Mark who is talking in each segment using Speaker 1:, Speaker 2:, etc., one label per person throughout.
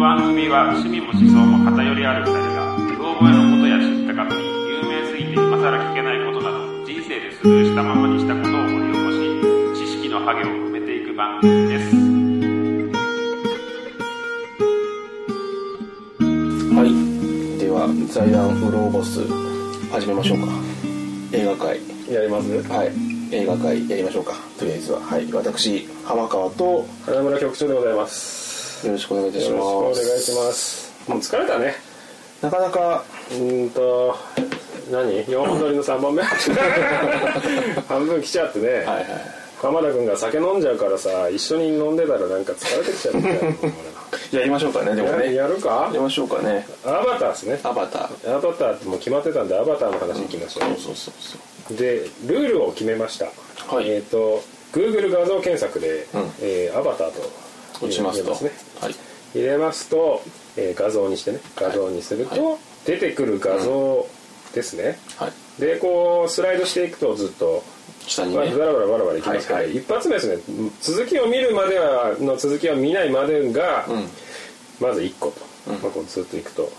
Speaker 1: は趣味も思想も偏りある二人がうろ覚えのことや知ったかぶり有名すぎて今更聞けないことなど人生でスルーしたままにしたことを掘り起こし知識のハゲを埋めていく番組です
Speaker 2: はい、では財団ウローボス始めましょうか映画会
Speaker 3: やります
Speaker 2: はい映画会やりましょうかとりあえずははい私浜川と
Speaker 3: 花村局長でございます
Speaker 2: よろしくお願いいたし
Speaker 3: よろ
Speaker 2: ま
Speaker 3: しくお願いし
Speaker 2: す
Speaker 3: ますもう疲れたね
Speaker 2: なかなか
Speaker 3: うーんと何4本撮りの3番目 半分来ちゃってね、
Speaker 2: はいはい
Speaker 3: 浜田君が酒飲んじゃうからさ一緒に飲んでたらなんか疲れてきちゃって
Speaker 2: やりましょうかねでも
Speaker 3: や
Speaker 2: ねや
Speaker 3: やるか
Speaker 2: りましょうかね
Speaker 3: アバターですね
Speaker 2: アバター
Speaker 3: アバターってもう決まってたんでアバターの話いきましょう、
Speaker 2: そうそうそう
Speaker 3: でルールを決めました、
Speaker 2: はい
Speaker 3: えっ、と Google 画像検索で、
Speaker 2: うん
Speaker 3: えーアバターと
Speaker 2: 落ちますと
Speaker 3: 入れね
Speaker 2: はい
Speaker 3: 入れますと、えー画像にしてね画像にすると、
Speaker 2: は
Speaker 3: 出てくる画像ですね、
Speaker 2: はい
Speaker 3: でこうスライドしていくとずっと、
Speaker 2: 下に
Speaker 3: まあ、
Speaker 2: ね
Speaker 3: バラバラバラバラいきますけど、
Speaker 2: はいはい
Speaker 3: 一発目ですね続きを見るまではの続きを見ないまでが、
Speaker 2: うん
Speaker 3: まず1個と、
Speaker 2: うん
Speaker 3: まあ、こうずっといくと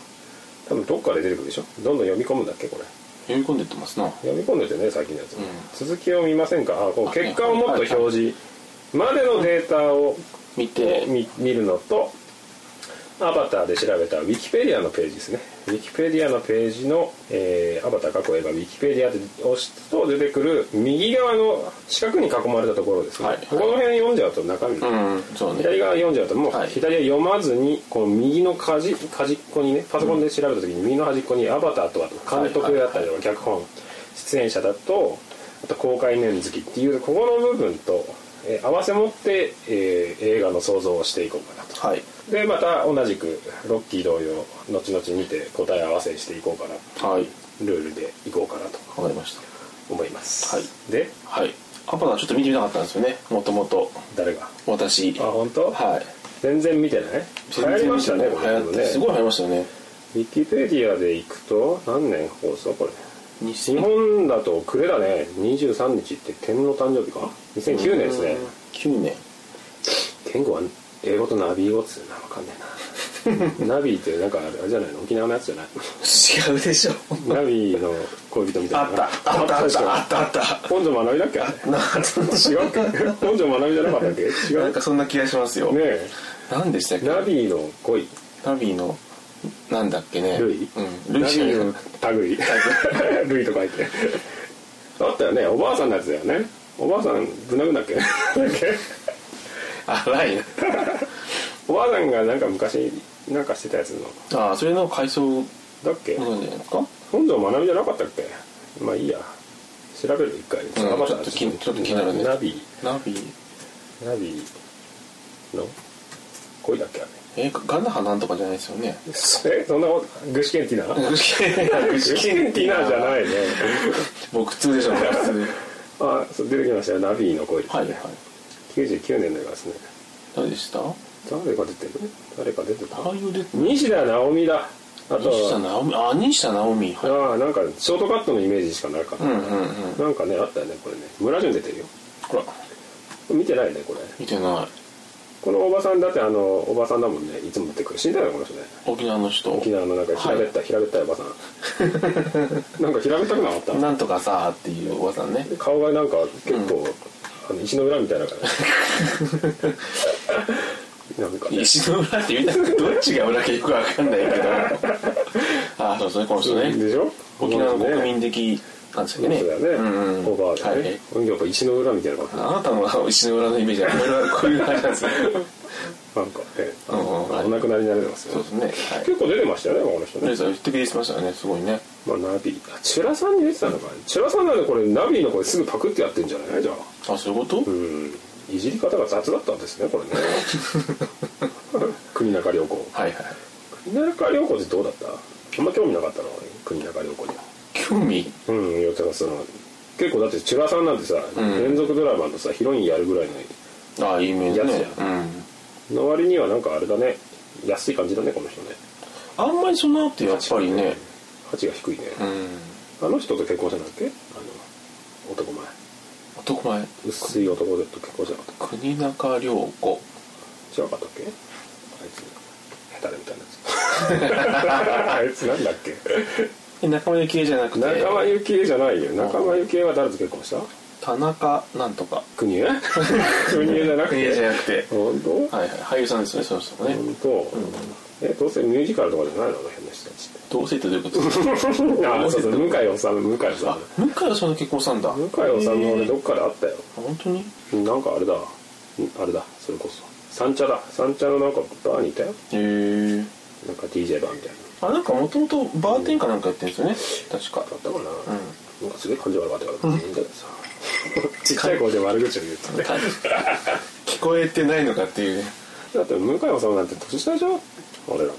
Speaker 3: 多分どっかで出てくるでしょどんどん読み込むんだっけこれ
Speaker 2: 読み込んでってますな
Speaker 3: 読み込んでてね最近のやつ、
Speaker 2: ん
Speaker 3: 続きを見ませんかあこ
Speaker 2: あ
Speaker 3: う結果をもっと表示までのデータを
Speaker 2: 見て
Speaker 3: 見見るのとアバターで調べたウィキペディアのページですねウィキペディアのページの、えーアバター過去映画ウィキペディアで押すと出てくる右側の四角に囲まれたところですね、
Speaker 2: はい
Speaker 3: ここの辺読んじゃうと中身、
Speaker 2: うんそうね
Speaker 3: 左側読んじゃうともう
Speaker 2: はい
Speaker 3: 左は読まずにこの右の端端っこにねパソコンで調べた時に右の端っこにアバターとあと監督だったりとか脚本出演者だとあと公開年月っていうここの部分と、えー合わせ持って、えー映画の想像をしていこうかなと
Speaker 2: はい
Speaker 3: でまた同じくロッキー同様後々見て答え合わせしていこうかな
Speaker 2: はい
Speaker 3: ルールでいこうかなと
Speaker 2: わかりました
Speaker 3: 思います、
Speaker 2: は
Speaker 3: で
Speaker 2: はいアバターちょっと見てみなかったんですよねもともと
Speaker 3: 誰が
Speaker 2: 私
Speaker 3: あ本当、
Speaker 2: はい
Speaker 3: 全然見てない流行りましたね
Speaker 2: 流行ってすごい流行りましたよね
Speaker 3: ウィキペディアで行くと何年放送これ日
Speaker 2: 2009
Speaker 3: 本だと暮れだね23日って天の誕生日か2009年ですね
Speaker 2: 年
Speaker 3: 天狗は英語とナビ語っつうなわかんねえな ナビってなんかあれじゃないの沖縄のやつ じゃない
Speaker 2: 違うでしょ
Speaker 3: ナビの恋人みたいな
Speaker 2: たあった
Speaker 3: 本庄学び だっけ違うか本庄学びじゃなかったっけ違
Speaker 2: なん
Speaker 3: う
Speaker 2: かそんな気がしますよ
Speaker 3: ねえ
Speaker 2: 何でしたっけ
Speaker 3: ナビの恋
Speaker 2: ナビのなんだっけね
Speaker 3: ルイ、
Speaker 2: うんルイ
Speaker 3: ナ
Speaker 2: じゃ
Speaker 3: ビ
Speaker 2: な
Speaker 3: の
Speaker 2: い
Speaker 3: 類ルイと書いてあったよねおばあさんのやつだよねおばあさんぶなぐんだっけだっけ
Speaker 2: 荒いな
Speaker 3: おばあさんがなんか昔なんかしてたやつの
Speaker 2: ああそれの回想
Speaker 3: だっけ、
Speaker 2: なんじゃないですか
Speaker 3: 本庄学びじゃなかったっけまあいいや調べる一回、
Speaker 2: ん
Speaker 3: アバタ
Speaker 2: ちょ
Speaker 3: ー
Speaker 2: っと気ちょっと気になるね
Speaker 3: ナビ
Speaker 2: ナビ
Speaker 3: ナビの恋だっけあれ
Speaker 2: えガナハなんとかじゃないですよ ね
Speaker 3: えそんなこと具志堅ティナー具志堅ティナーじゃないね
Speaker 2: 僕通でしょ僕通
Speaker 3: あそう出てきましたよナビの恋ですね、
Speaker 2: はいはい
Speaker 3: 99年の映画ですね
Speaker 2: 誰でした
Speaker 3: 誰が出てる誰か出てた
Speaker 2: 俳優で
Speaker 3: 西田直美だあと
Speaker 2: 西田直美あ西田直美はい
Speaker 3: ああなんかショートカットのイメージしかなかった、
Speaker 2: うんうんうん
Speaker 3: なんかねあったよねこれね村淳出てるよ
Speaker 2: ほら
Speaker 3: 見てないねこれ
Speaker 2: 見てない
Speaker 3: このおばさんだってあのおばさんだもんねいつも出てくる死んだよこの人ね
Speaker 2: 沖縄の人
Speaker 3: 沖縄のなんか平べったい、平べったいおばさ んなんか平べったくなかった
Speaker 2: なんとかさーっていうおばさん ね
Speaker 3: 顔がなんか結構、あの石の裏みたいな感じなんかね
Speaker 2: 石の裏って見たらどっちが裏かよくわかん ないけどああそうそうこの人ね
Speaker 3: でしょ
Speaker 2: 沖縄の国
Speaker 3: ね
Speaker 2: 民的なんです
Speaker 3: そ
Speaker 2: よ
Speaker 3: うだ
Speaker 2: ね
Speaker 3: よね、
Speaker 2: うんうん
Speaker 3: オーバーだよね、
Speaker 2: はい
Speaker 3: やっぱ石の裏みたいな感
Speaker 2: あなたの石の裏のイメージはこれはこういう感じなんですよ
Speaker 3: じなんかね、
Speaker 2: うんうんはい
Speaker 3: お亡くなりになられてますよ
Speaker 2: そう
Speaker 3: ね
Speaker 2: ですねはい
Speaker 3: 結構出てましたよねこの人
Speaker 2: とりあえ
Speaker 3: ね、
Speaker 2: ず言ってくれてましたよねすごいね
Speaker 3: まあ、ナビあチュラさんに出てたのかねチュラさんなんでこれナビの声すぐパクってやってんじゃないじゃあ
Speaker 2: あそういうこと
Speaker 3: うんいじり方が雑だったんですねこれね 国中涼子
Speaker 2: はいはい
Speaker 3: 国中涼子ってどうだったあんま興味なかったの国中涼子には
Speaker 2: 興味
Speaker 3: うんよってかその結構だってチュラさんなんてさ、
Speaker 2: ん
Speaker 3: 連続ドラマのさヒロインやるぐらいの
Speaker 2: ああいいイメージ
Speaker 3: い
Speaker 2: ね
Speaker 3: やそ
Speaker 2: うん
Speaker 3: の割にはなんかあれだね安い感じだねこの人ね
Speaker 2: あんまりそんなってやっぱりね
Speaker 3: 価値が低いね、
Speaker 2: うん
Speaker 3: あの人と結婚したんだっけあの男前
Speaker 2: 男前
Speaker 3: 薄い男と結婚したのと
Speaker 2: 国中涼子
Speaker 3: 違かったっけあいつ下手でみたいなや あいつなんだっけ
Speaker 2: え仲間由紀恵じゃなくて
Speaker 3: 仲間由紀恵じゃないよ仲間由紀恵は誰と結婚した
Speaker 2: 田中なんとか
Speaker 3: 国枝国枝じゃなく
Speaker 2: 由紀恵じゃ
Speaker 3: て
Speaker 2: なくて
Speaker 3: 本当
Speaker 2: はいはい俳優さんですねその人もね
Speaker 3: 本当、えどうせミュージカルとかじゃないのあの辺の人たちって
Speaker 2: どうせってどういう ことですか
Speaker 3: あそうそう向井治向井治
Speaker 2: あ向井さんの結婚したんだ
Speaker 3: 向井治の俺どっかで会ったよ
Speaker 2: 本当に
Speaker 3: なんかあれだあれだそれこそ三茶だ三茶のなんかバーにいたよ
Speaker 2: へえ
Speaker 3: なんか DJ バーみたいな
Speaker 2: あなんかもともとバーテンかなんかやってるんですよね確か
Speaker 3: だったかな、なんかすげえ感じ悪かったから、いいんだけどさちっちゃい声で悪口を言うとね
Speaker 2: 聞こえてないのかっていうね
Speaker 3: だって向井治なんて年下でしょ俺らが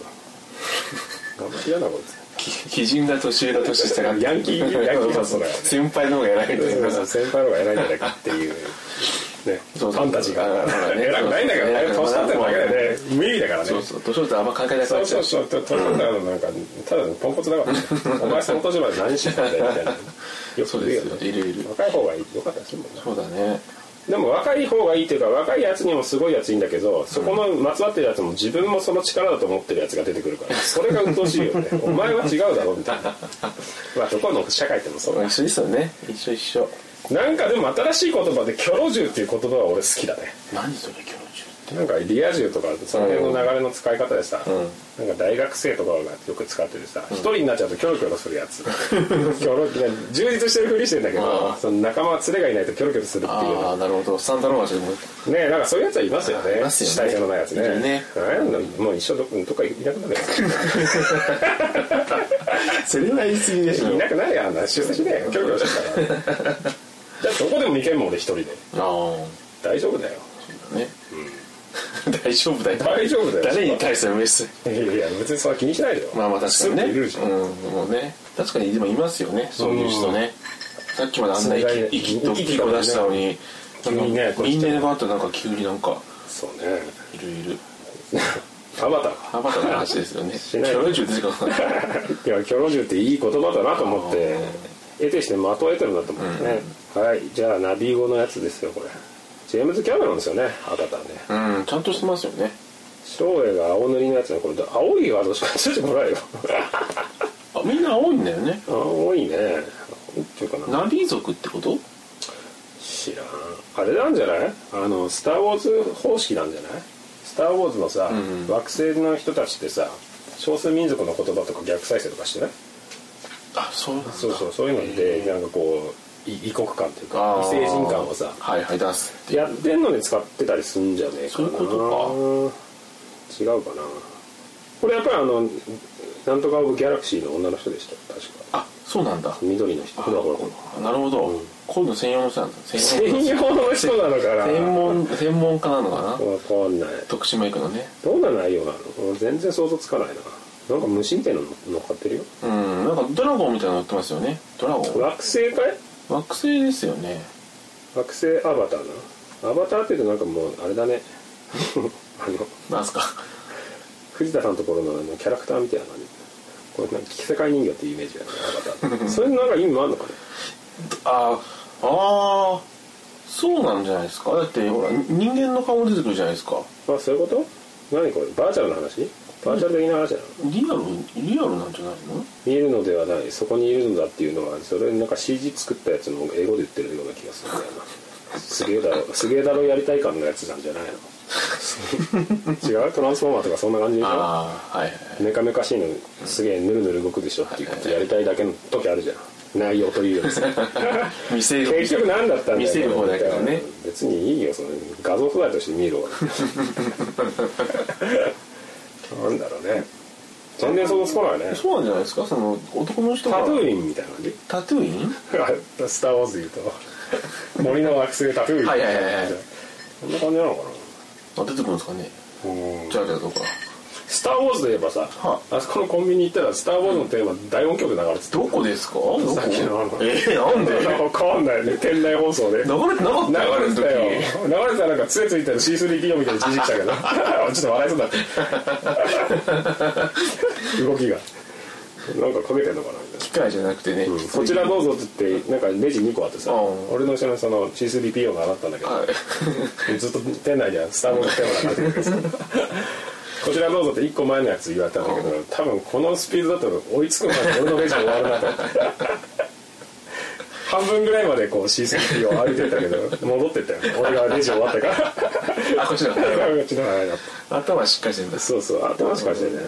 Speaker 3: あんま嫌なこいつ
Speaker 2: き基準だ年上だ年下が
Speaker 3: ヤンキーヤンキーだそうだよね
Speaker 2: 先輩の方が偉いみたいな
Speaker 3: 先輩の方が偉いんじゃないかっていうねフ
Speaker 2: そうそう
Speaker 3: ァンタジーが
Speaker 2: あーそうだね
Speaker 3: 偉くないんだからね
Speaker 2: そう
Speaker 3: 年
Speaker 2: そう
Speaker 3: 取ってるだけでね無意味だからね
Speaker 2: そうそう年上ってあんま関係なく
Speaker 3: そ
Speaker 2: な
Speaker 3: う
Speaker 2: っちゃ
Speaker 3: そう
Speaker 2: う
Speaker 3: そう年取ったらなんかただのポンコツだからねお前その年まで何してたんだよみたいなよ
Speaker 2: そ
Speaker 3: く
Speaker 2: う
Speaker 3: 言
Speaker 2: で
Speaker 3: う
Speaker 2: す
Speaker 3: よ
Speaker 2: よ
Speaker 3: ね
Speaker 2: いるいる
Speaker 3: 若い方がいいよかったですもんね
Speaker 2: そうだね
Speaker 3: でも若い方がいいというか若いやつにもすごいやついいんだけどそこのまつわってるやつも自分もその力だと思ってるやつが出てくるからそれが鬱陶しいよねお前は違うだろみ たいなまあどこの社会でもそう
Speaker 2: まあ一緒ですよね一緒一緒
Speaker 3: なんかでも新しい言葉で「キョロ銃」っていう言葉は俺好きだね
Speaker 2: 何それ教授
Speaker 3: なんかリア充とかその辺の流れの使い方でさ、なんか大学生とかがよく使っててさ一、人になっちゃうとキョロキョロするや つキョロ充実してるふりしてんだけど
Speaker 2: あー
Speaker 3: その仲間は連れがいないとキョロキョロするっていう
Speaker 2: ああなるほどスタンダローンはちょっともう
Speaker 3: ねなんかそういうやつはいますよね
Speaker 2: いますよね
Speaker 3: 主体性のないやつね
Speaker 2: いるね
Speaker 3: なんだもう一生どどっかいなくなる
Speaker 2: それは言い過ぎで
Speaker 3: やいなくなるやんな出世しねえよキョロキョロしてたからじゃあどこでも行けんもん俺一人で
Speaker 2: ああ
Speaker 3: 大丈夫だよ
Speaker 2: ね 大丈夫だよ
Speaker 3: 大丈夫だよ
Speaker 2: 誰に対してもメッセージ
Speaker 3: いやいや別にそれは気にしないでよ
Speaker 2: まあまあ確かにね
Speaker 3: すぐいるじゃん
Speaker 2: うんもうね確かにでもいますよねそういう人ねさっきまであんな
Speaker 3: それが
Speaker 2: 息息と
Speaker 3: 生き
Speaker 2: 息を出したのに
Speaker 3: 急にね
Speaker 2: なんか
Speaker 3: こう
Speaker 2: み
Speaker 3: して
Speaker 2: んなでバーッとなんか急になんか
Speaker 3: そうね
Speaker 2: いるいる
Speaker 3: アバターか
Speaker 2: アバターの話ですよね
Speaker 3: しない
Speaker 2: キョロジュ出てこない
Speaker 3: いやキョロジュっていい言葉だなと思って得てして的を得てるんだと思ってね、はいじゃあナビ語のやつですよこれジェームズ・キャメロンですよねアバターね
Speaker 2: うんちゃんとしてますよね
Speaker 3: 照英が青塗りのやつねこれ青いはどうしかついてこないよ
Speaker 2: あみんな青いんだよね
Speaker 3: 青いねっていうかな
Speaker 2: ナビ族ってこと
Speaker 3: 知らんあれなんじゃないあの「スター・ウォーズ」方式なんじゃない「スター・ウォーズ」のさ、惑星の人たちってさ少数民族の言葉とか逆再生とかしてない
Speaker 2: あそうなんだ
Speaker 3: そうそうそういうのでなんかこうい異国感というか
Speaker 2: あー
Speaker 3: 異星人感をさ
Speaker 2: はいはい出す
Speaker 3: やってんのに使ってたりすんじゃねえかな
Speaker 2: そういう
Speaker 3: 違うかなこれやっぱりあのなんとかオブギャラクシーの女の人でしたよ確か
Speaker 2: あそうなんだ
Speaker 3: 緑の人ほらほらほら
Speaker 2: なるほど今度専用の人なんだ
Speaker 3: 専用の人なのかな
Speaker 2: 専門専門家なのかな
Speaker 3: わかんない
Speaker 2: 徳島行くのね
Speaker 3: どんな内容なのもう全然想像つかないななんか無神経なの乗っかってるよ
Speaker 2: うんなんかドラゴンみたいなの乗ってますよねドラゴン
Speaker 3: 惑星かい
Speaker 2: 惑星ですよね
Speaker 3: 惑星アバターなアバターって言うとなんかもうあれだね あの
Speaker 2: なんすか
Speaker 3: 藤田さんのところのあのキャラクターみたいなのにこれなんか着せ替え人形っていうイメージだねアバターそれなんか意味もあるのかね
Speaker 2: あああそうなんじゃないですかだってほらに人間の顔出てくるじゃないですか
Speaker 3: あそういうこと何これバーチャルの話バーチャル的な話なの
Speaker 2: リアルリアルなんじゃないの
Speaker 3: 見るのではないそこにいるのだっていうのはそれなんか CG 作ったやつも英語で言ってるような気がするんだよなすげえだろすげえだろやりたい感のやつなんじゃない の違うトランスフォーマーとかそんな感じでしょ
Speaker 2: ああはいはい
Speaker 3: メカメカしいのすげえぬるぬる動くでしょっていうことやりたいだけの時あるじゃん内容というよ りさ
Speaker 2: 見せる
Speaker 3: 結局何だったんだよ
Speaker 2: 見せる方だけどね
Speaker 3: 別にいいよその画像素材として見る わなんだろうね全然想像つかないね
Speaker 2: そうなんじゃないですかその男の人が
Speaker 3: タトゥーリンみたいな感じ
Speaker 2: タトゥーイン
Speaker 3: あスター・ウォーズで言うと森の惑星タトゥーリン
Speaker 2: はいはいはいはい
Speaker 3: こんな感じなのか
Speaker 2: あ出てくるんですかね
Speaker 3: なうん
Speaker 2: じゃあじゃあどうか
Speaker 3: スター・ウォーズで言えばさ、
Speaker 2: は
Speaker 3: あ、そこのコンビニ行ったら「スター・ウォーズ」のテーマ、大音響で流れてた
Speaker 2: どこですかどこ
Speaker 3: さっきのあの
Speaker 2: えー、なんで流
Speaker 3: わかんないね店内放 送で
Speaker 2: れてなかっ
Speaker 3: 流
Speaker 2: た
Speaker 3: れてたよ
Speaker 2: あの時
Speaker 3: 流れてたらなんか杖ついてる C3PO みたいなじじきたけどちょっと笑いそう だった動きがなんかかけてんのかなみたいな
Speaker 2: 機械じゃなくてね、
Speaker 3: こちらどうぞって言ってなんかレジ2個あってさ
Speaker 2: うん
Speaker 3: 俺の後ろにその C3PO が上がったんだけど
Speaker 2: はい
Speaker 3: ずっと店内ではスター・ウォーズテーマが流れてるんですこちらどうぞって1個前のやつ言われたんだけど多分このスピードだと追いつくまで俺のレジ終わ るなと思って半分ぐらいまでこう C3P を歩いてったけど戻ってったよね俺がレジ終わったから
Speaker 2: あこっちだ
Speaker 3: こっちの方が早かっ
Speaker 2: 頭しっかりしてるんで
Speaker 3: た
Speaker 2: す
Speaker 3: そうそう頭しかしてない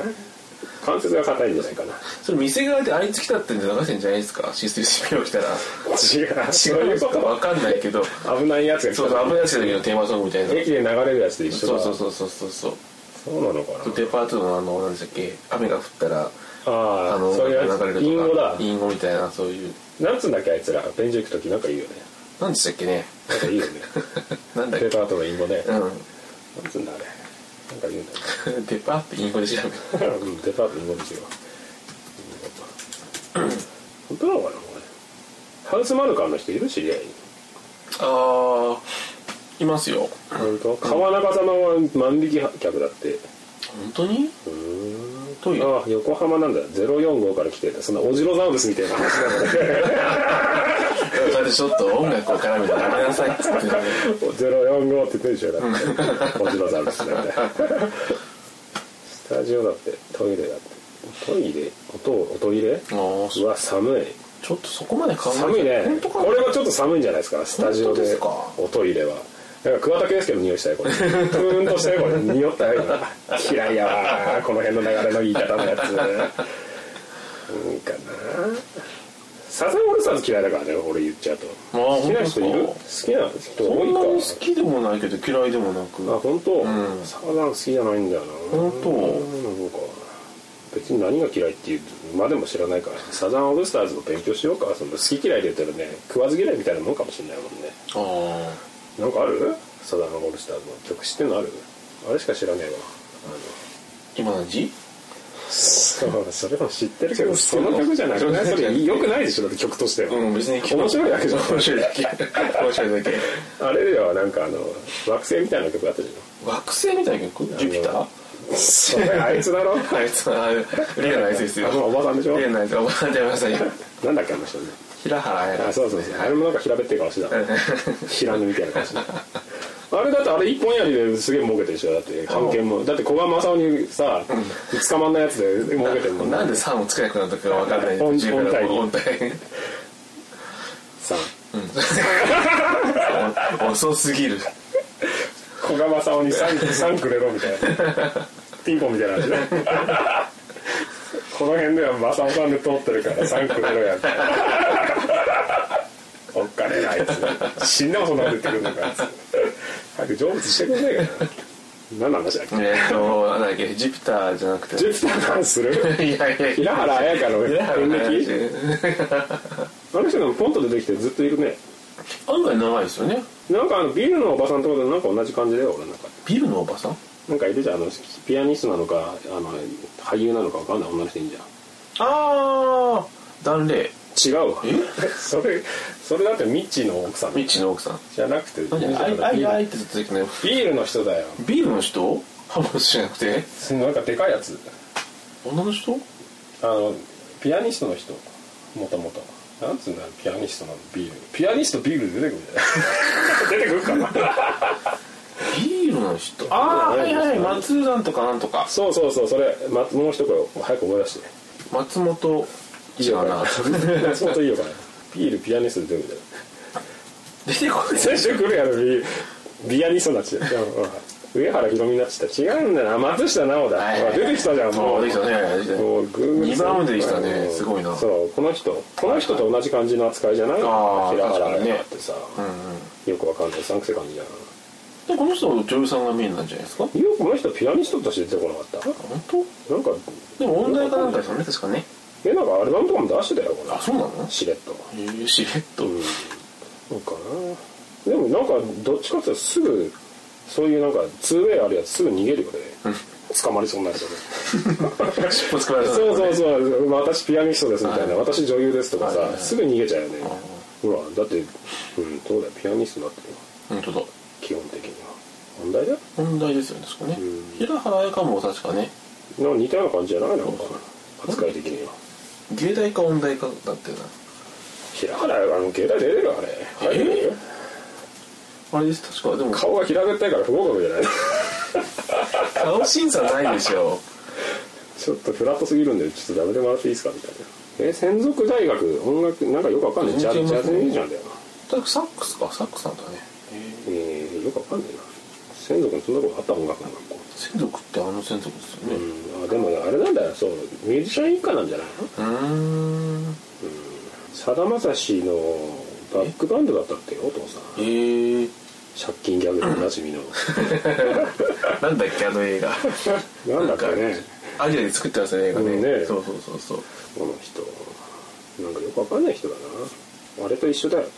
Speaker 3: 関節が硬いんじゃないかな
Speaker 2: それ店側であいつ来たって流してんじゃないですか C3CPO 来たら
Speaker 3: 違う
Speaker 2: 違
Speaker 3: そう
Speaker 2: う
Speaker 3: い
Speaker 2: で
Speaker 3: う
Speaker 2: す
Speaker 3: こ
Speaker 2: か分かんないけど
Speaker 3: と危ないやつが来
Speaker 2: そう
Speaker 3: た
Speaker 2: そう危ないやつだけどテーマソングみたいな
Speaker 3: 駅で流れるやつと一緒
Speaker 2: そう
Speaker 3: だ
Speaker 2: そうそうそうそうそう
Speaker 3: そうなのかな
Speaker 2: デパートのあの何でしたっけ雨が降ったら
Speaker 3: あ
Speaker 2: あ
Speaker 3: あ
Speaker 2: の
Speaker 3: そういうや
Speaker 2: 流れると
Speaker 3: つ
Speaker 2: か
Speaker 3: リンゴだ
Speaker 2: 隠語みたいなそういう
Speaker 3: なんつうんだっけあいつら便所行く時なんかいいよね
Speaker 2: 何でしたっけね
Speaker 3: なんかいいよね
Speaker 2: なんだっ
Speaker 3: ペー
Speaker 2: け
Speaker 3: パーとのインゴね
Speaker 2: うん
Speaker 3: なんつうんだあれなんか言うんだよ
Speaker 2: デパート隠語で調べた
Speaker 3: ね うんデパートインゴですよインゴ本当なのかなこれハウスマルカンの人いる知り合いに
Speaker 2: あーいますよ
Speaker 3: 本当川中様は万引き客だって
Speaker 2: 本当に
Speaker 3: うーん
Speaker 2: どういう
Speaker 3: ああ横浜なんだ045から来てたそんなオジロザウルスみたいな話なんだね
Speaker 2: それでちょっと音楽を絡めてやめなさいっつって
Speaker 3: ゼロ四五って言ってるでしょだって。こちらザウルスだよね。スタジオだってトイレだって。トイレ音をトイレ？
Speaker 2: もう
Speaker 3: うわ寒い。
Speaker 2: ちょっとそこまで考えて
Speaker 3: 寒いね
Speaker 2: 本。当かな
Speaker 3: これはちょっと寒いんじゃないですか。スタジオ
Speaker 2: 本当で
Speaker 3: です
Speaker 2: か
Speaker 3: おトイレは。なんか桑田佳祐の匂いしたよこれ。プーンとしたよこれ。匂ったよ今。嫌いやわー。この辺の流れの言い方のやつ。うんかな。サザンオールスターズ嫌いだからね。俺言っちゃうと。
Speaker 2: あー
Speaker 3: 好きな人い
Speaker 2: 本
Speaker 3: る？
Speaker 2: 当
Speaker 3: 好
Speaker 2: です
Speaker 3: きな人
Speaker 2: そ
Speaker 3: 多い
Speaker 2: ん
Speaker 3: か
Speaker 2: な。に好きでもないけど嫌いでもなく
Speaker 3: あ本当、
Speaker 2: ん
Speaker 3: サザン好きじゃないんだよな
Speaker 2: 本当
Speaker 3: なんか別に何が嫌いっていうまでも知らないからサザンオールスターズの勉強しようかその好き嫌いで言ったらね食わず嫌いみたいなもんかもしれないもんね
Speaker 2: あー
Speaker 3: なんかあるサザンオールスターズの曲知ってんのあるあれしか知らねえわあの
Speaker 2: 今何時
Speaker 3: そうそれも知ってるけど
Speaker 2: そ
Speaker 3: そうの曲じゃなくない
Speaker 2: そ
Speaker 3: そ
Speaker 2: れ
Speaker 3: れよくないでしょだって曲としては、
Speaker 2: うん別に
Speaker 3: 面白いだけじゃん
Speaker 2: 面白いだけ面白いだけ
Speaker 3: あれではなんかあの惑星みたいな曲あったじゃん
Speaker 2: 惑星みたいな曲ジュピター
Speaker 3: それ あいつだろ
Speaker 2: あいつは例のあいつですよ
Speaker 3: あのおばさんでしょ
Speaker 2: 例のあいつおばさんちゃいましたよ
Speaker 3: なんだっけあの人ね
Speaker 2: 平原綾
Speaker 3: あ
Speaker 2: 菜
Speaker 3: そうそうそうあれもなんか平べって顔し てた平野みたいな顔してたあれだってあれ一本槍ですげえ儲けてるでしょだって関係もだって古賀正雄にさ捕まんないやつで儲けてるもん
Speaker 2: なんで3をつけなくなったかわかんない
Speaker 3: 音
Speaker 2: ジュピターの
Speaker 3: 音
Speaker 2: 音体
Speaker 3: さ
Speaker 2: 遅すぎる
Speaker 3: 古賀正雄 に三三くれろみたいなピンポンみたいな話ねこの辺では正雄さんで通ってるから三くれろやみたいなおっかねえなあいつ死んでもそんなこと言ってくるのかあいつ早く成仏してくんねえかな何の話だっけ
Speaker 2: えっとなんだっけジュピターじゃなくて
Speaker 3: ジェフターンする
Speaker 2: いやいやい
Speaker 3: 平
Speaker 2: や
Speaker 3: 原綾香の
Speaker 2: 平原
Speaker 3: 演
Speaker 2: 綾
Speaker 3: 劇
Speaker 2: 菜
Speaker 3: あの人でもポンと出てきてずっといるね
Speaker 2: 案外長いですよね
Speaker 3: なんかあのビルのおばさんとかでなんか同じ感じだよ俺なんか
Speaker 2: ビルのおばさん
Speaker 3: なんかいるじゃんあのピアニストなのかあの俳優なのかわかんない女の人いる
Speaker 2: ああ断霊
Speaker 3: じゃん違うわ それそれだってミッチーの奥さん
Speaker 2: ミッチーの奥さん
Speaker 3: じゃなくて
Speaker 2: 何
Speaker 3: ミッチ
Speaker 2: あ
Speaker 3: ー
Speaker 2: い
Speaker 3: の
Speaker 2: あ
Speaker 3: ビ
Speaker 2: い
Speaker 3: ル
Speaker 2: あいってずっと言ってね
Speaker 3: ビールの人だよ
Speaker 2: ビルの人ハモスじゃなくて
Speaker 3: なんかでかいやつ
Speaker 2: 女の人
Speaker 3: あのピアニストの人もともとなんつうんだよピアニストなのビールピアニストビールで出てくる じゃん出てくるかな
Speaker 2: ビールの人ああはいはい松浦なんとかなんとか
Speaker 3: そうそうそうそれ、ま、もう一声早く思い出して
Speaker 2: 松本違う な
Speaker 3: 松本いいよかなビールピアニストで出るみたいな
Speaker 2: 出てこない
Speaker 3: 最初来るやろビールビアニストになっちゃううんうん上原ひろみになっちゃった違うんだよな松下奈緒だ、
Speaker 2: はいはい
Speaker 3: ほら出てきたじゃんも
Speaker 2: あ
Speaker 3: う
Speaker 2: できたねできたね
Speaker 3: もうグーグル
Speaker 2: 二番目できたねすごいな
Speaker 3: そうこの人この人と同じ感じの扱いじゃない
Speaker 2: あー
Speaker 3: 平原
Speaker 2: 確かにね
Speaker 3: 綾香ってさ、
Speaker 2: うんうん
Speaker 3: よくわかんないうさんくせ感じだな
Speaker 2: でこの人女優さんがメインなんじゃないですか
Speaker 3: よくこの人ピアニストとして出てこなかっ
Speaker 2: 本当
Speaker 3: たなんか
Speaker 2: でも音大かなんかですよね確かね
Speaker 3: えなんかアルバムとかも出してたよこ
Speaker 2: あそうなの
Speaker 3: れしれっと
Speaker 2: えー、しれっと
Speaker 3: うんそうかなでもなんかどっちかっていうとすぐそういうなんか 2way あるやつすぐ逃げるよね捕まりそうになるよね
Speaker 2: 尻尾つかまれた
Speaker 3: そうそうそう私ピアニストですみたいな、
Speaker 2: は
Speaker 3: 私女優ですとかさ、
Speaker 2: はいはいはい
Speaker 3: すぐ逃げちゃうよね、ほらだってうんそうだよピアニストだって
Speaker 2: 本当だ
Speaker 3: 基本的には問題だよ
Speaker 2: 音大ですよね確かね
Speaker 3: うん
Speaker 2: 平原綾香も確かね
Speaker 3: なんか似たような感じじゃないのかな扱い的には
Speaker 2: 芸大か音大かだってな
Speaker 3: 平原あの携帯出れるあれ入れる
Speaker 2: あれです確かでも
Speaker 3: 顔が平べったいから不合格じゃない
Speaker 2: 顔審査ないでしょ
Speaker 3: ちょっとフラットすぎるんでちょっとダブでもらっていいですかみたいなえ専属大学音楽なんかよくわかんないジャズ
Speaker 2: 全然
Speaker 3: ジャ
Speaker 2: わか
Speaker 3: ズ
Speaker 2: んない
Speaker 3: ミュージシャンだよな
Speaker 2: だってサックスかサックスなんだね
Speaker 3: えー、よくわかんないな専属のそんなことあった音楽の学校
Speaker 2: 専属ってあの専属ですよ
Speaker 3: う
Speaker 2: ね
Speaker 3: んあでもねあれなんだよそうミュージシャン一家なんじゃないの
Speaker 2: うーん
Speaker 3: さだまさしのバックバンドだったっけお父さん
Speaker 2: えー、
Speaker 3: 借金ギャグでおなじみの
Speaker 2: なんだっけあの映画
Speaker 3: なんだっけね
Speaker 2: アジアで作ってましたね映画ね,、
Speaker 3: うんね
Speaker 2: そうそうそうそう
Speaker 3: この人なんかよくわかんない人だなあれと一緒だよね、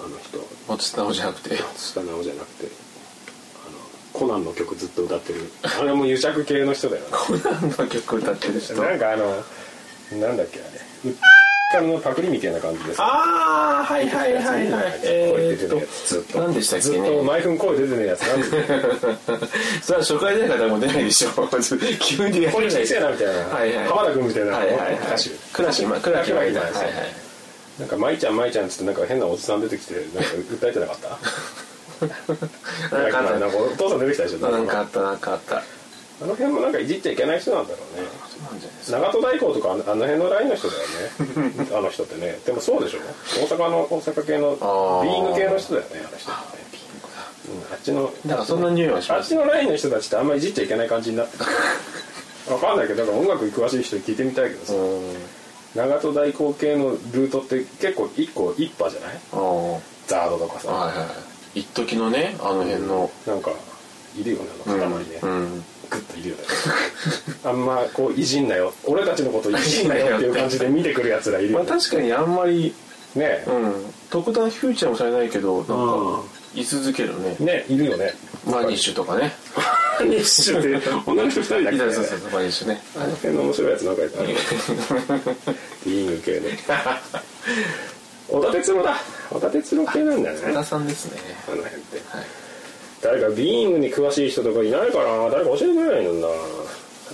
Speaker 3: あの人
Speaker 2: 松田直じゃなくて
Speaker 3: 津田直じゃなくてあのコナンの曲ずっと歌ってるあれも癒着系の人だよね
Speaker 2: コナンの曲歌ってる人
Speaker 3: なんかあのなんだっけあれうっかのパクリみたいな感じでさ
Speaker 2: ああはいはいはいはい
Speaker 3: 声
Speaker 2: え
Speaker 3: 出て
Speaker 2: ー、
Speaker 3: るや
Speaker 2: っ
Speaker 3: つずっ
Speaker 2: と
Speaker 3: と
Speaker 2: 何でしたっ
Speaker 3: ず
Speaker 2: け
Speaker 3: っと
Speaker 2: ね
Speaker 3: 毎分声出てるやつなん で
Speaker 2: それは初回出ない方も出ないでしょ急にや
Speaker 3: これ先
Speaker 2: る
Speaker 3: 生なみたいな、
Speaker 2: はいはい
Speaker 3: 浜田君みたいな、
Speaker 2: はいはい
Speaker 3: 歌手
Speaker 2: クラシマクラシマ
Speaker 3: クラシマ
Speaker 2: はいはい
Speaker 3: なんか「舞ちゃん舞ちゃん」っつってなんか変なおじさん出てきてなんか歌えてなかった
Speaker 2: なんかあった
Speaker 3: なんかお父さん出てきたでしょ
Speaker 2: なんかあったなんかあった
Speaker 3: あの辺もなんかいじっちゃいけない人なんだろうね
Speaker 2: そうなんじゃないですか
Speaker 3: 長戸大工とかあのあの辺のラインの人だよ ねあの人ってねでもそうでしょ大阪の大阪系の
Speaker 2: あー
Speaker 3: ビーイング系の人だよねあの人ってね
Speaker 2: ピンク
Speaker 3: うんあっちの
Speaker 2: だだからそんな匂いはし
Speaker 3: あ
Speaker 2: ま
Speaker 3: っ
Speaker 2: す
Speaker 3: ちのラインの人たちってあんまいじっちゃいけない感じになってるわかんないけどだから音楽に詳しい人に聞いてみたいけどさ、
Speaker 2: うん
Speaker 3: 長戸大工系のルートって結構一個一派じゃない
Speaker 2: あー
Speaker 3: ザードとかさ、
Speaker 2: はいはい一時のねあの辺の
Speaker 3: なんかいるよねあの塊ね、
Speaker 2: うん
Speaker 3: グッといるよねあんまこういじんなよ俺たちのこといじんなよっていう感じで見てくるやつらいる
Speaker 2: ま
Speaker 3: よ
Speaker 2: あ
Speaker 3: ね
Speaker 2: 確かにあんまり
Speaker 3: ね
Speaker 2: うん特段フューチャーもされないけどなん
Speaker 3: うん
Speaker 2: か居続けるね
Speaker 3: ねいるよね
Speaker 2: マニッシュとかね
Speaker 3: マニッシュって女の人2人だっけ、
Speaker 2: いやそうそうそうマニッシュね
Speaker 3: あの辺の面白いやつなんかいたねビーイング系ねおたてつろだおたてつろ系なんだよね
Speaker 2: 田さんですね
Speaker 3: あの辺って、
Speaker 2: はい
Speaker 3: 誰かビーイングに詳しい人とかいないかな誰か教えてくれないのにな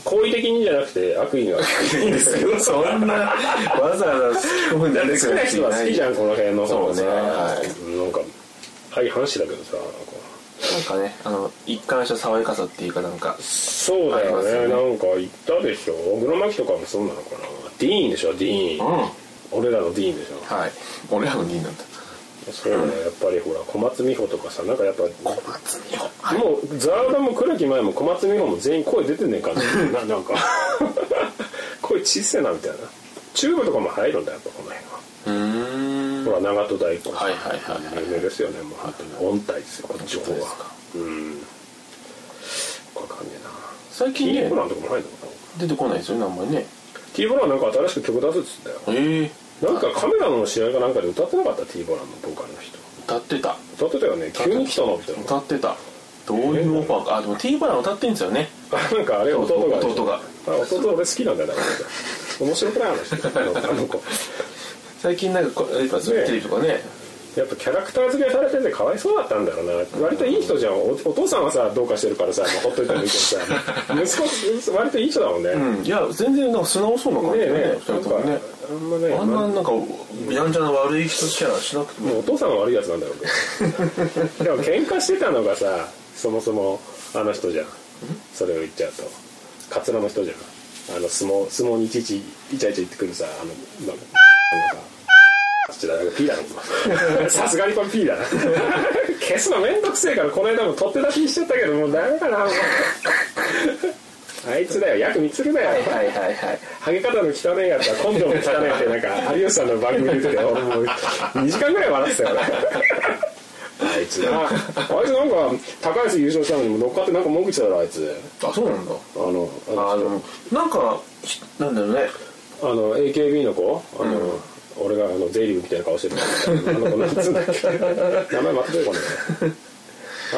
Speaker 3: 好意的にじゃなくて悪意がいいんですよ
Speaker 2: そんなわざわざ好きもんで
Speaker 3: 好きな人は好きじゃんこの辺の方がさ、
Speaker 2: そうねはい
Speaker 3: なんか相反してだけどさこう
Speaker 2: なんかねあの一貫した爽やかさっていうかなんか
Speaker 3: そうだよね
Speaker 2: あります
Speaker 3: なんか言ったでしょグロマキとかもそうなのかなディーンでしょディー
Speaker 2: うん
Speaker 3: ン
Speaker 2: は
Speaker 3: 俺らのディーンでし
Speaker 2: い俺らの2位なんだ
Speaker 3: ょそうだよやっぱりほら小松美穂とかさなんかやっぱ
Speaker 2: 小松美穂はい
Speaker 3: もうザーダも倉木前も小松美穂も全員声出てんねんかなななんか声小せえなみたいなチューブとかも入るんだよやっぱこの辺は
Speaker 2: うーん
Speaker 3: ほら長戸大根
Speaker 2: はいはいはい
Speaker 3: 有名ですよねもう本当に音体ですよこっちの方
Speaker 2: です
Speaker 3: は
Speaker 2: か
Speaker 3: うんわかんねえな
Speaker 2: 最
Speaker 3: キ
Speaker 2: 近
Speaker 3: ー
Speaker 2: ね
Speaker 3: ボランとかも入るのかな
Speaker 2: 出てこないですよねあんまりね
Speaker 3: キーボランなんか新しく曲出すっつったよ
Speaker 2: ええ
Speaker 3: なんかカメラの試合かなんかで歌ってなかった T ボランのボーカルの人
Speaker 2: 歌ってた
Speaker 3: 歌ってたよね急に来たのみた いな
Speaker 2: 歌ってたどういうオファーかあでも T バラン歌ってんですよね
Speaker 3: あなんかあれ弟が
Speaker 2: 弟が
Speaker 3: あ弟俺好きなんだよだから面白くない 話あの子
Speaker 2: 最近なんかこやっぱそう
Speaker 3: ね
Speaker 2: テレビとかね
Speaker 3: やっぱキャラクター付けされててかわいそうだったんだろうな割といい人じゃんおお父さんはさどうかしてるか らさ、まあ、ほっといてもいいけどさ息子割といい人だもんね、ね
Speaker 2: うんいや全然なんか素直そうな感じ
Speaker 3: え
Speaker 2: で
Speaker 3: ね
Speaker 2: ね
Speaker 3: え
Speaker 2: 二人
Speaker 3: なん
Speaker 2: と
Speaker 3: か
Speaker 2: もね
Speaker 3: あんまね
Speaker 2: あんななんかやんちゃな悪い人キャラしなくても
Speaker 3: もうお父さんは悪いやつなんだろうけどでも喧嘩してたのがさそもそもあの人じゃんそれを言っちゃうとカツラの人じゃんあの相撲相撲にいちいちイチャイチャ言ってくるさあのなんかなんかちょっとなんかピーだろさすがにこれピーだな消すのめんどくせえからこの間も取って出しにしちゃったけどもうダメかなもうあいつだよヤクミツルだよ、
Speaker 2: いはいはい
Speaker 3: ハゲ方の汚いやつは根性も汚いってなんか有吉さんの番組で言ってて俺もう2時間ぐらい笑ってたよねあいつなあいつなんか高安優勝したのにも乗っかってなんか文句言ってたろあいつ
Speaker 2: あそうなんだ
Speaker 3: あの
Speaker 2: あ
Speaker 3: あ
Speaker 2: のなんかひなんだろうね
Speaker 3: あの AKB の子あの、俺があのゼリーみたいな顔してるあの子なんつうんだっけ名前全く出てこない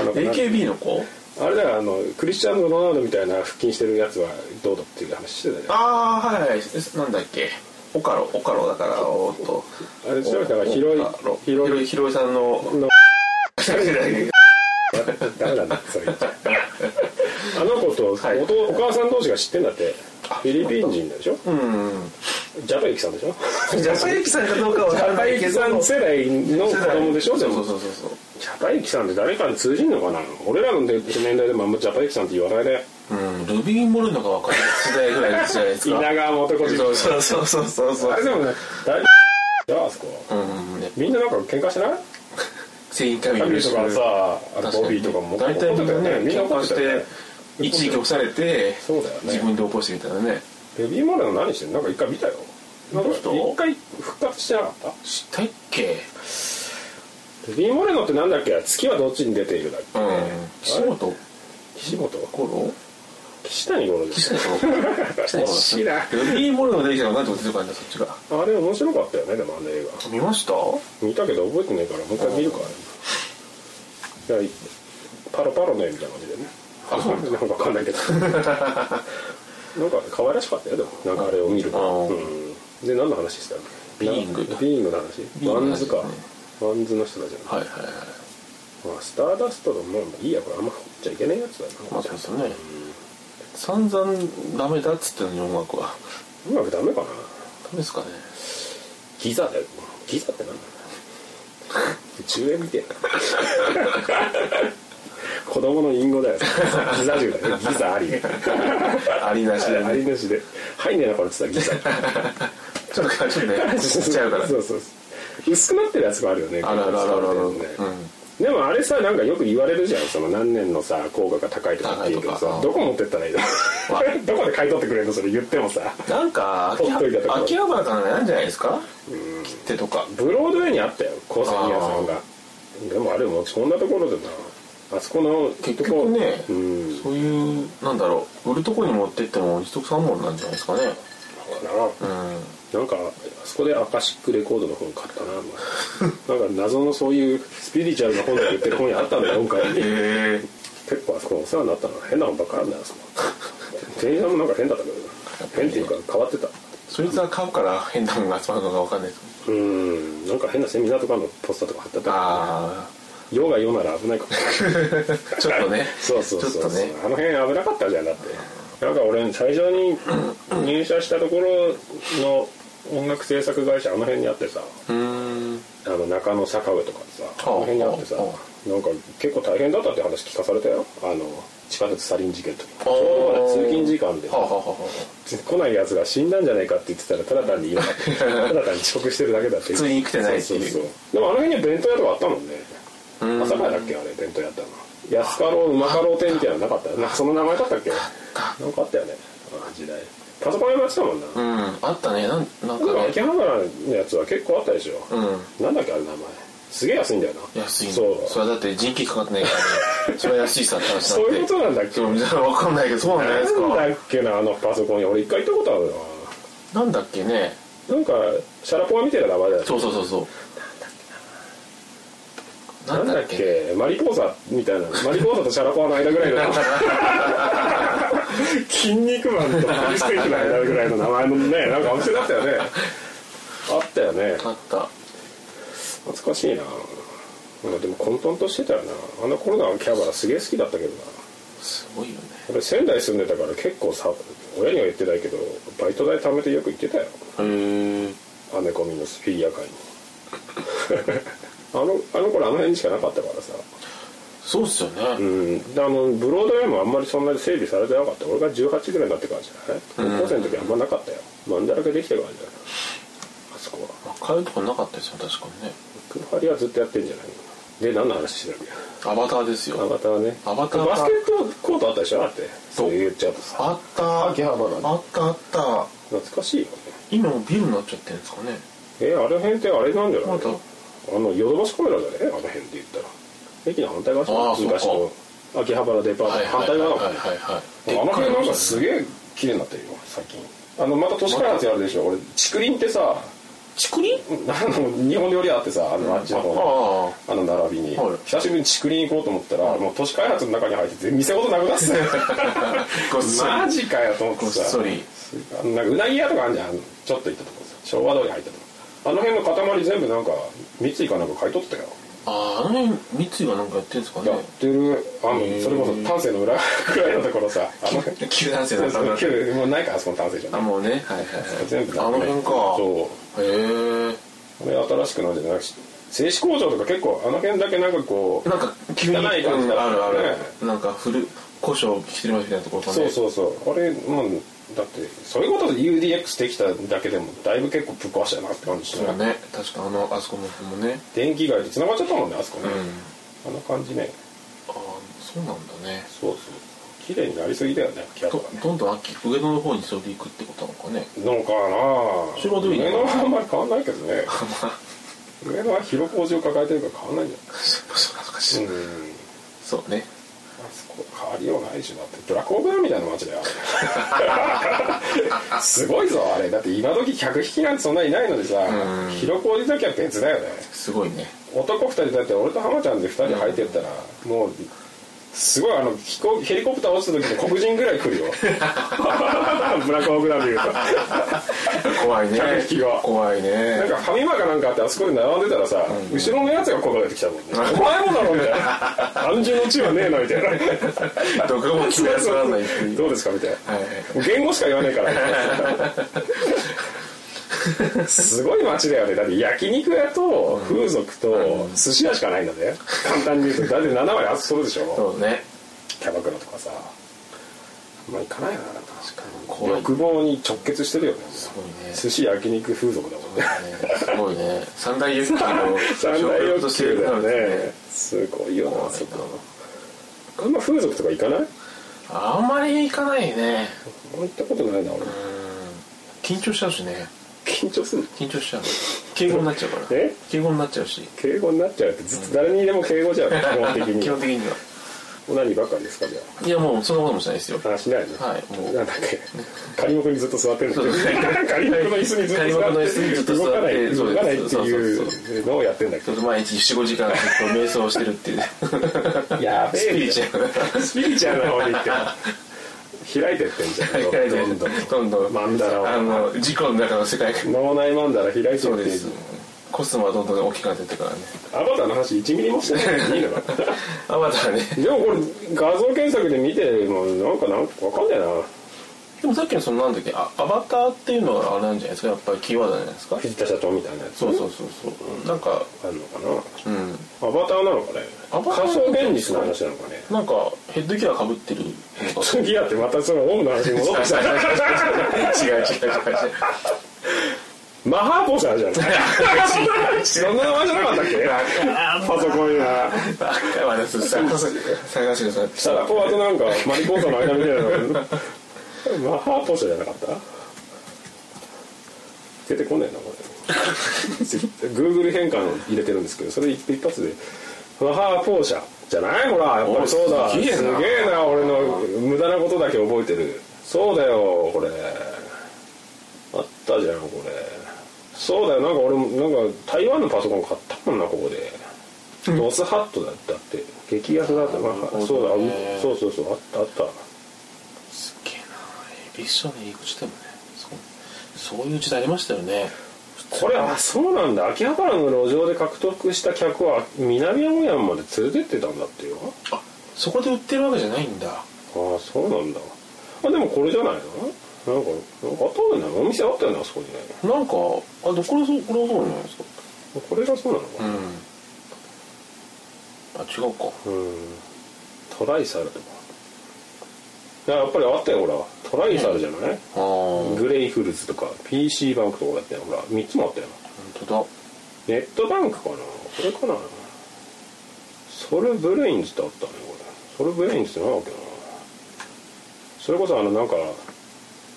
Speaker 3: あ の子なん
Speaker 2: AKB の子
Speaker 3: あれだよあのクリスチャン・ロナウドみたいな腹筋してるやつはどうだっていう話してたじゃん
Speaker 2: ああはいはいえなんだっけオカロオカロだからおーっと
Speaker 3: あれ調べたら広い広い
Speaker 2: 広い広いさんの
Speaker 3: のダメなんだそれ言っちゃあの子とお,、
Speaker 2: はい
Speaker 3: お母さん同士が知ってんだってフィリピン人でしょ
Speaker 2: うん
Speaker 3: ジャパユキさんでしょ
Speaker 2: ジャパユキさんかどうかはわ
Speaker 3: ジ
Speaker 2: か
Speaker 3: ャ
Speaker 2: んな
Speaker 3: パ
Speaker 2: い
Speaker 3: ユ
Speaker 2: け
Speaker 3: キ
Speaker 2: ど
Speaker 3: さん世代の子供でしょ
Speaker 2: そ
Speaker 3: で
Speaker 2: うそ
Speaker 3: も
Speaker 2: うそうそう
Speaker 3: ジャパユキさんって誰かに通じんのかな俺らの年代でもあんまジャパユキさんって言わないね
Speaker 2: うん、ルビー・モルノが分かる世代ぐらいじゃないですか
Speaker 3: 稲川元子人
Speaker 2: そうそうそうそうそうそ
Speaker 3: あれ
Speaker 2: う
Speaker 3: でもね大丈夫あそこ
Speaker 2: うんね
Speaker 3: みんななんか喧嘩してない
Speaker 2: 全員神
Speaker 3: アビ
Speaker 2: 許
Speaker 3: ー
Speaker 2: し
Speaker 3: と
Speaker 2: て
Speaker 3: か
Speaker 2: る
Speaker 3: さあと
Speaker 2: 確
Speaker 3: ボビーとかも
Speaker 2: 大体みんなね
Speaker 3: みんな
Speaker 2: 喧
Speaker 3: 怒
Speaker 2: 嘩
Speaker 3: っ
Speaker 2: して
Speaker 3: たよ
Speaker 2: て
Speaker 3: ね
Speaker 2: 一時起こされて
Speaker 3: そうだよね
Speaker 2: 自分で起こしてみたいなね
Speaker 3: ベビーモレノ何してんのなんか一回見たよなんか
Speaker 2: どうした
Speaker 3: 一回復活してなかった
Speaker 2: 知ったっけ
Speaker 3: ベビーモレノってなんだっけ月はどっちに出ているだっけ、
Speaker 2: うん岸本
Speaker 3: 岸本
Speaker 2: 五郎
Speaker 3: 岸谷五郎で
Speaker 2: 岸
Speaker 3: す
Speaker 2: 本五郎岸本五郎
Speaker 3: 知らん
Speaker 2: ルビー・モルノが出てきたのなんてこと出てくるんだそっちが
Speaker 3: あれ面白かったよねでもあの映
Speaker 2: 見ました
Speaker 3: 画見たけど覚えてないからもう一回見るから、いやパロパロねみたいな感じでねあそうなんかわかんな いけどなんか可愛らしかったよでもなんかあれを見ると、
Speaker 2: う
Speaker 3: うん、で何の話してたの
Speaker 2: ビーイング
Speaker 3: ビーイングの話
Speaker 2: ビーイングの話
Speaker 3: ワンズか、
Speaker 2: ね
Speaker 3: ワンズの人たちな
Speaker 2: は
Speaker 3: の、
Speaker 2: いはいはい
Speaker 3: まあ、スターダストのもういいやこれあんま掘っちゃいけないやつだな、
Speaker 2: まあそうですよね散々ダメだっつってんのに音楽は
Speaker 3: うまくダメかな
Speaker 2: ダメですかね
Speaker 3: ギザだよギザってなんだ10円みてえな子供の隠語だよギザ銃だねギザあり
Speaker 2: ありなしで
Speaker 3: あ
Speaker 2: ね
Speaker 3: りなしで入んねえなこれっつったらギザ
Speaker 2: ちょっと感じねちっちゃうから
Speaker 3: そうそうそう薄くなってるやつもあるよね
Speaker 2: あらあらあらあらあら
Speaker 3: ねでもあれさなんかよく言われるじゃんその何年のさ効果が高いとかっていうけど
Speaker 2: 高いとか
Speaker 3: さ
Speaker 2: うん
Speaker 3: どこ持ってったらいいの どこで買い取ってくれるのそれ言ってもさ
Speaker 2: なんか秋
Speaker 3: ほっといたところ
Speaker 2: 葉秋葉原かなんじゃないですか切手とか
Speaker 3: ブロードウェイにあったよ鉱石屋さんがでもあれ持ち込んだところでなあそこの
Speaker 2: 結局ね
Speaker 3: とこうん
Speaker 2: そういうなんだろう売るとこに持ってっても一徳三文なんじゃないですかね
Speaker 3: かななんかあそこでアカシックレコードの本買った ななんか謎のそういうスピリチュアルな本とか言ってる本にあったんだよ今回
Speaker 2: へえ
Speaker 3: 結構あそこお世話になったな変な本ばっかりなんだよ あそこ店員さんもなんか変だったけどな変っていうか変わってた
Speaker 2: そいつは買うから変なのが集まるのかわかんないです
Speaker 3: うんなんか変なセミナーとかのポスターとか貼ってあったから
Speaker 2: あ
Speaker 3: 世が世なら 危ないかもしれない
Speaker 2: あちょっと ね
Speaker 3: そうそうそう
Speaker 2: ちょっとね
Speaker 3: あの辺危なかったじゃんだってなんか俺最初に入社したところの音楽制作会社あの辺にあってさ
Speaker 2: うーん
Speaker 3: あの中野坂上とかさあの辺にあってさ
Speaker 2: はあは
Speaker 3: なんか結構大変だったって話聞かされたよあの地下鉄サリン事件とかち
Speaker 2: あー
Speaker 3: ょうどまだ通勤時間で
Speaker 2: はあはあはあ
Speaker 3: 来ないやつが死んだんじゃないかって言ってたらただ単に言わなかったただ単に遅刻してるだけだっ
Speaker 2: 普
Speaker 3: て
Speaker 2: 通に来てないっていう
Speaker 3: そうそうそうでもあの辺には弁当屋とかあったもんね
Speaker 2: ん
Speaker 3: 朝からだっけあれ弁当屋あったの安かろううまかろう店みたいなのなかったなんかその名前だったっけなんかあったよねあ時代パソコン屋もやってたもんな、
Speaker 2: うんあったねなんなん
Speaker 3: でも
Speaker 2: か
Speaker 3: 秋
Speaker 2: ね
Speaker 3: 葉原のやつは結構あったでしょ、
Speaker 2: う
Speaker 3: なんだっけあれ名前すげえ安いんだよな
Speaker 2: 安いの
Speaker 3: そう
Speaker 2: それはだって人件費かかってないからねそれは安いさって話
Speaker 3: そういうことなんだっけ
Speaker 2: そうみたいなわかんないけどそうなんじゃないですか
Speaker 3: なんだっけなあのパソコンに俺一回行ったことある
Speaker 2: なんだっけね
Speaker 3: ななんかシャラポワみたいな名前だよね
Speaker 2: そうそうそうそうな
Speaker 3: なんん
Speaker 2: だ
Speaker 3: だ
Speaker 2: っ
Speaker 3: っ
Speaker 2: け
Speaker 3: けマリポーザみたいなマリポーザとシャラポワの間ぐらいの 筋肉マンとパリステーキの間ぐらいの名前のねなんかお店だった よねあったよね
Speaker 2: あった
Speaker 3: 懐かしいななんかでも混沌としてたよなあの頃の秋葉原すげえ好きだったけどな
Speaker 2: すごいよね
Speaker 3: 俺仙台住んでたから結構さ親には言ってないけどバイト代貯めてよく行ってたよ
Speaker 2: へえ
Speaker 3: アメコミのスフィギュア会に あのあの頃あの辺にしかなかったからさ
Speaker 2: そうっすよ
Speaker 3: う
Speaker 2: ね
Speaker 3: ん、であのブロードウェイもあんまりそんなに整備されてなかった俺が18ぐらいになってからじゃない高校生の時あんまなかったよまんだらけできてからじゃないあそこは
Speaker 2: 赤いとこなかったですよ確かにね
Speaker 3: 幕張はずっとやってんじゃないので何の話してるわ
Speaker 2: アバターです
Speaker 3: けア
Speaker 2: よ
Speaker 3: バターね
Speaker 2: アバターか
Speaker 3: バスケットコートあったでしょだってそう言っちゃうとさ
Speaker 2: あった
Speaker 3: 秋葉原
Speaker 2: あったあった
Speaker 3: 懐かしいよね
Speaker 2: 今もうビルになっちゃってるんですかね
Speaker 3: えあの辺ってあれなんじゃな
Speaker 2: ま
Speaker 3: い
Speaker 2: だ
Speaker 3: のあのヨドバシカメラだねあの辺で言ったら駅の反対側じゃ
Speaker 2: ああ
Speaker 3: ん
Speaker 2: そうか
Speaker 3: 昔の秋葉原デパートの反対側だもんね
Speaker 2: はいはいはい
Speaker 3: あの辺なんかすげえ綺麗になってるよ最近あのまた都市開発やるでしょ俺竹林ってさ
Speaker 2: 竹林
Speaker 3: あの日本料理屋あってさあのあっちの方あの並びに、
Speaker 2: はい
Speaker 3: 久しぶりに竹林行こうと思ったら、もう都市開発の中に入ってて店ごとなくなってたよ
Speaker 2: ごっそり
Speaker 3: マジかよと思って
Speaker 2: ごっ
Speaker 3: さ
Speaker 2: そり
Speaker 3: あのなんかうなぎ屋とかあるじゃんちょっと行ったとこさ昭和通り入ったとこあの辺の塊全部なんか三井かなんか買い取ってたよ
Speaker 2: ああの辺三井がなんかやってるんですかね
Speaker 3: やってるあのそれこそ丹精の裏 くらいのところさあの辺
Speaker 2: 急なんですよ
Speaker 3: そうそう旧もうないからあそこの丹精じゃん
Speaker 2: あもうねはいはいはい
Speaker 3: 全部
Speaker 2: あの辺か
Speaker 3: そ
Speaker 2: へえ
Speaker 3: うこれ新しくなんじゃなくし製紙工場とか結構あの辺だけなんかこう
Speaker 2: なんか急に
Speaker 3: 汚い感じだ
Speaker 2: うんあるある、
Speaker 3: ね
Speaker 2: なんか古胡椒きてるみたいなところとか
Speaker 3: そう
Speaker 2: ね
Speaker 3: そうそうあれなんだってそういうことで UDX できただけでもだいぶ結構ぶっ壊したなって感じし
Speaker 2: そう
Speaker 3: な
Speaker 2: だ
Speaker 3: い、
Speaker 2: ね確かあのあそこの子もね
Speaker 3: 電気街で繋がっちゃったもんねあそこ
Speaker 2: う
Speaker 3: ね
Speaker 2: ん、
Speaker 3: あの感じね
Speaker 2: ああそうなんだね
Speaker 3: そうそう綺麗になりすぎだよねキャッ
Speaker 2: ど
Speaker 3: トがね
Speaker 2: どんどん秋上野の方にそれで行くってことなのかね
Speaker 3: のかな
Speaker 2: それはどういうの
Speaker 3: 上野はあんまり変わんないけどね上野は広小路を抱えてるから変わんないんじ
Speaker 2: そうか
Speaker 3: ゃ
Speaker 2: し
Speaker 3: ないうん
Speaker 2: そうね
Speaker 3: あそこ変わりようないでしょだってブラックオペラみたいな街だ よすごいぞあれだって今時客引きなんてそんないないのにさ
Speaker 2: うん
Speaker 3: 広小路だけは別だよね
Speaker 2: すごいね
Speaker 3: 男2人だって俺と浜ちゃんで2人入ってったら、もうすごいあの飛行ヘリコプター落ちた時に黒人ぐらい来る よブラックオペラでいうと
Speaker 2: 怖いね
Speaker 3: 客引きが
Speaker 2: 怖いね
Speaker 3: なんかファミマかなんかあってあそこで並んでたらさ、後ろのやつが声かけてきたもんね「お前もだろ」みた いな「安住の地はねえな」みたいな
Speaker 2: どこ も気がつらないっていう
Speaker 3: どうですかみたいな
Speaker 2: はいはい
Speaker 3: 言語しか言わないからすごい街だよねだって焼肉屋と風俗と寿司屋しかないんだね簡単に言うとだって7割あそこでしょ
Speaker 2: そうね
Speaker 3: キャバクラとかさあんま行かないよな確か
Speaker 2: 怖い
Speaker 3: 欲望に直結してるよね
Speaker 2: すごいね
Speaker 3: 寿司焼肉風俗だもんね
Speaker 2: すごいね三大欲求を
Speaker 3: 三大欲求だよ
Speaker 2: です
Speaker 3: ねすごいよなそ
Speaker 2: 怖い
Speaker 3: こあんま風俗とか行かない
Speaker 2: あんまり行かないね
Speaker 3: 俺行ったことないな俺
Speaker 2: 緊張しちゃうしね
Speaker 3: 緊張する
Speaker 2: 緊張しちゃう敬語になっちゃうから
Speaker 3: え
Speaker 2: 敬語になっちゃうし
Speaker 3: 敬語になっちゃうってずっと誰にでも敬語じゃん基本的 に
Speaker 2: 基本的には
Speaker 3: 何ばっかりですかじゃ
Speaker 2: いやもうそんなこともしないですよ
Speaker 3: あ話しないね
Speaker 2: はいもう
Speaker 3: なんだっけ仮目にずっと座ってるんだけど
Speaker 2: そうです ね
Speaker 3: 仮目の椅子にずっと座
Speaker 2: 仮
Speaker 3: っ
Speaker 2: 目
Speaker 3: て
Speaker 2: の椅子にずっと
Speaker 3: 動
Speaker 2: 座
Speaker 3: か
Speaker 2: っ
Speaker 3: な
Speaker 2: て
Speaker 3: い動かないって
Speaker 2: そうそうそ
Speaker 3: いうのをやってんだけ
Speaker 2: ちょっ
Speaker 3: ど
Speaker 2: と毎日45時間ずっと瞑想してるっていう
Speaker 3: やべえ
Speaker 2: スピリチュアル
Speaker 3: スピリチュアルな方に行って開いてってんじゃん
Speaker 2: 開いて
Speaker 3: どんどん
Speaker 2: どんどん
Speaker 3: マンダラを
Speaker 2: あの自己の中の世界観
Speaker 3: 脳内マンダラ開いてって
Speaker 2: そうですコスモはどんどん大きくなってってからね
Speaker 3: アバターの話1ミリもしてないの にいいのか
Speaker 2: アバターね
Speaker 3: でもこれ画像検索で見てもなんかなんかわかんないな
Speaker 2: でもさっきのそのなんだっけあアバターっていうのはあれなんじゃないですかやっぱりキーワードじゃないですか
Speaker 3: 藤田社長みたいなやつ
Speaker 2: そうそうそうそうなんか
Speaker 3: あるのかな
Speaker 2: うん
Speaker 3: アバターなのかね
Speaker 2: アバター
Speaker 3: 仮想現実の話なのかね
Speaker 2: なんかヘッドギアかぶってるのか
Speaker 3: 次やってまたそのオウムの話に戻ってき た
Speaker 2: 違う違う違う違う
Speaker 3: マハーポーさんじゃんそんな名前じゃなかったっけパソコンや
Speaker 2: バカはです探し探してくだ
Speaker 3: サ
Speaker 2: さ
Speaker 3: ラ
Speaker 2: い
Speaker 3: ポワとなんかマリポーさんの間みたいなのマハーポーさんじゃなかった出てこねえなこれ Google 変換を入れてるんですけどそれ一一発でマハーポーシャじゃないほらやっぱりそうだ
Speaker 2: お
Speaker 3: す
Speaker 2: い
Speaker 3: げ
Speaker 2: すげえ
Speaker 3: え
Speaker 2: な
Speaker 3: な俺の無駄なことだけ覚えてるそうだよこれあったじゃんこれそうだよなんか俺もなんか台湾のパソコン買ったもんなここでドスハットだったって激安だった、ま
Speaker 2: ほど
Speaker 3: あ、
Speaker 2: ね
Speaker 3: そうだうそうそうそうあったあった
Speaker 2: すっげえなエビッションの入り口でもねそうそういう時代ありましたよね
Speaker 3: これあそうなんだ秋葉原の路上で獲得した客は南青山まで連れてってたんだってよ
Speaker 2: あそこで売ってるわけじゃないんだ
Speaker 3: ああそうなんだあでもこれじゃないのなんかなんかあったんだよねお店あったよねあそこにね
Speaker 2: なんかあこれそうこれはそうじゃないですか
Speaker 3: これがそうなのか
Speaker 2: うんあ違うか
Speaker 3: うんトライサルとかいややっぱりあったよほらトライサルじゃない、
Speaker 2: ああ本
Speaker 3: グレイフルズとか PC バンクとかだったよほら3つもあったよ
Speaker 2: 当だ
Speaker 3: ネットバンクかなこれかなソルブレインズってあったねこれソルブレインズってなんだっけなそれこそあのなんか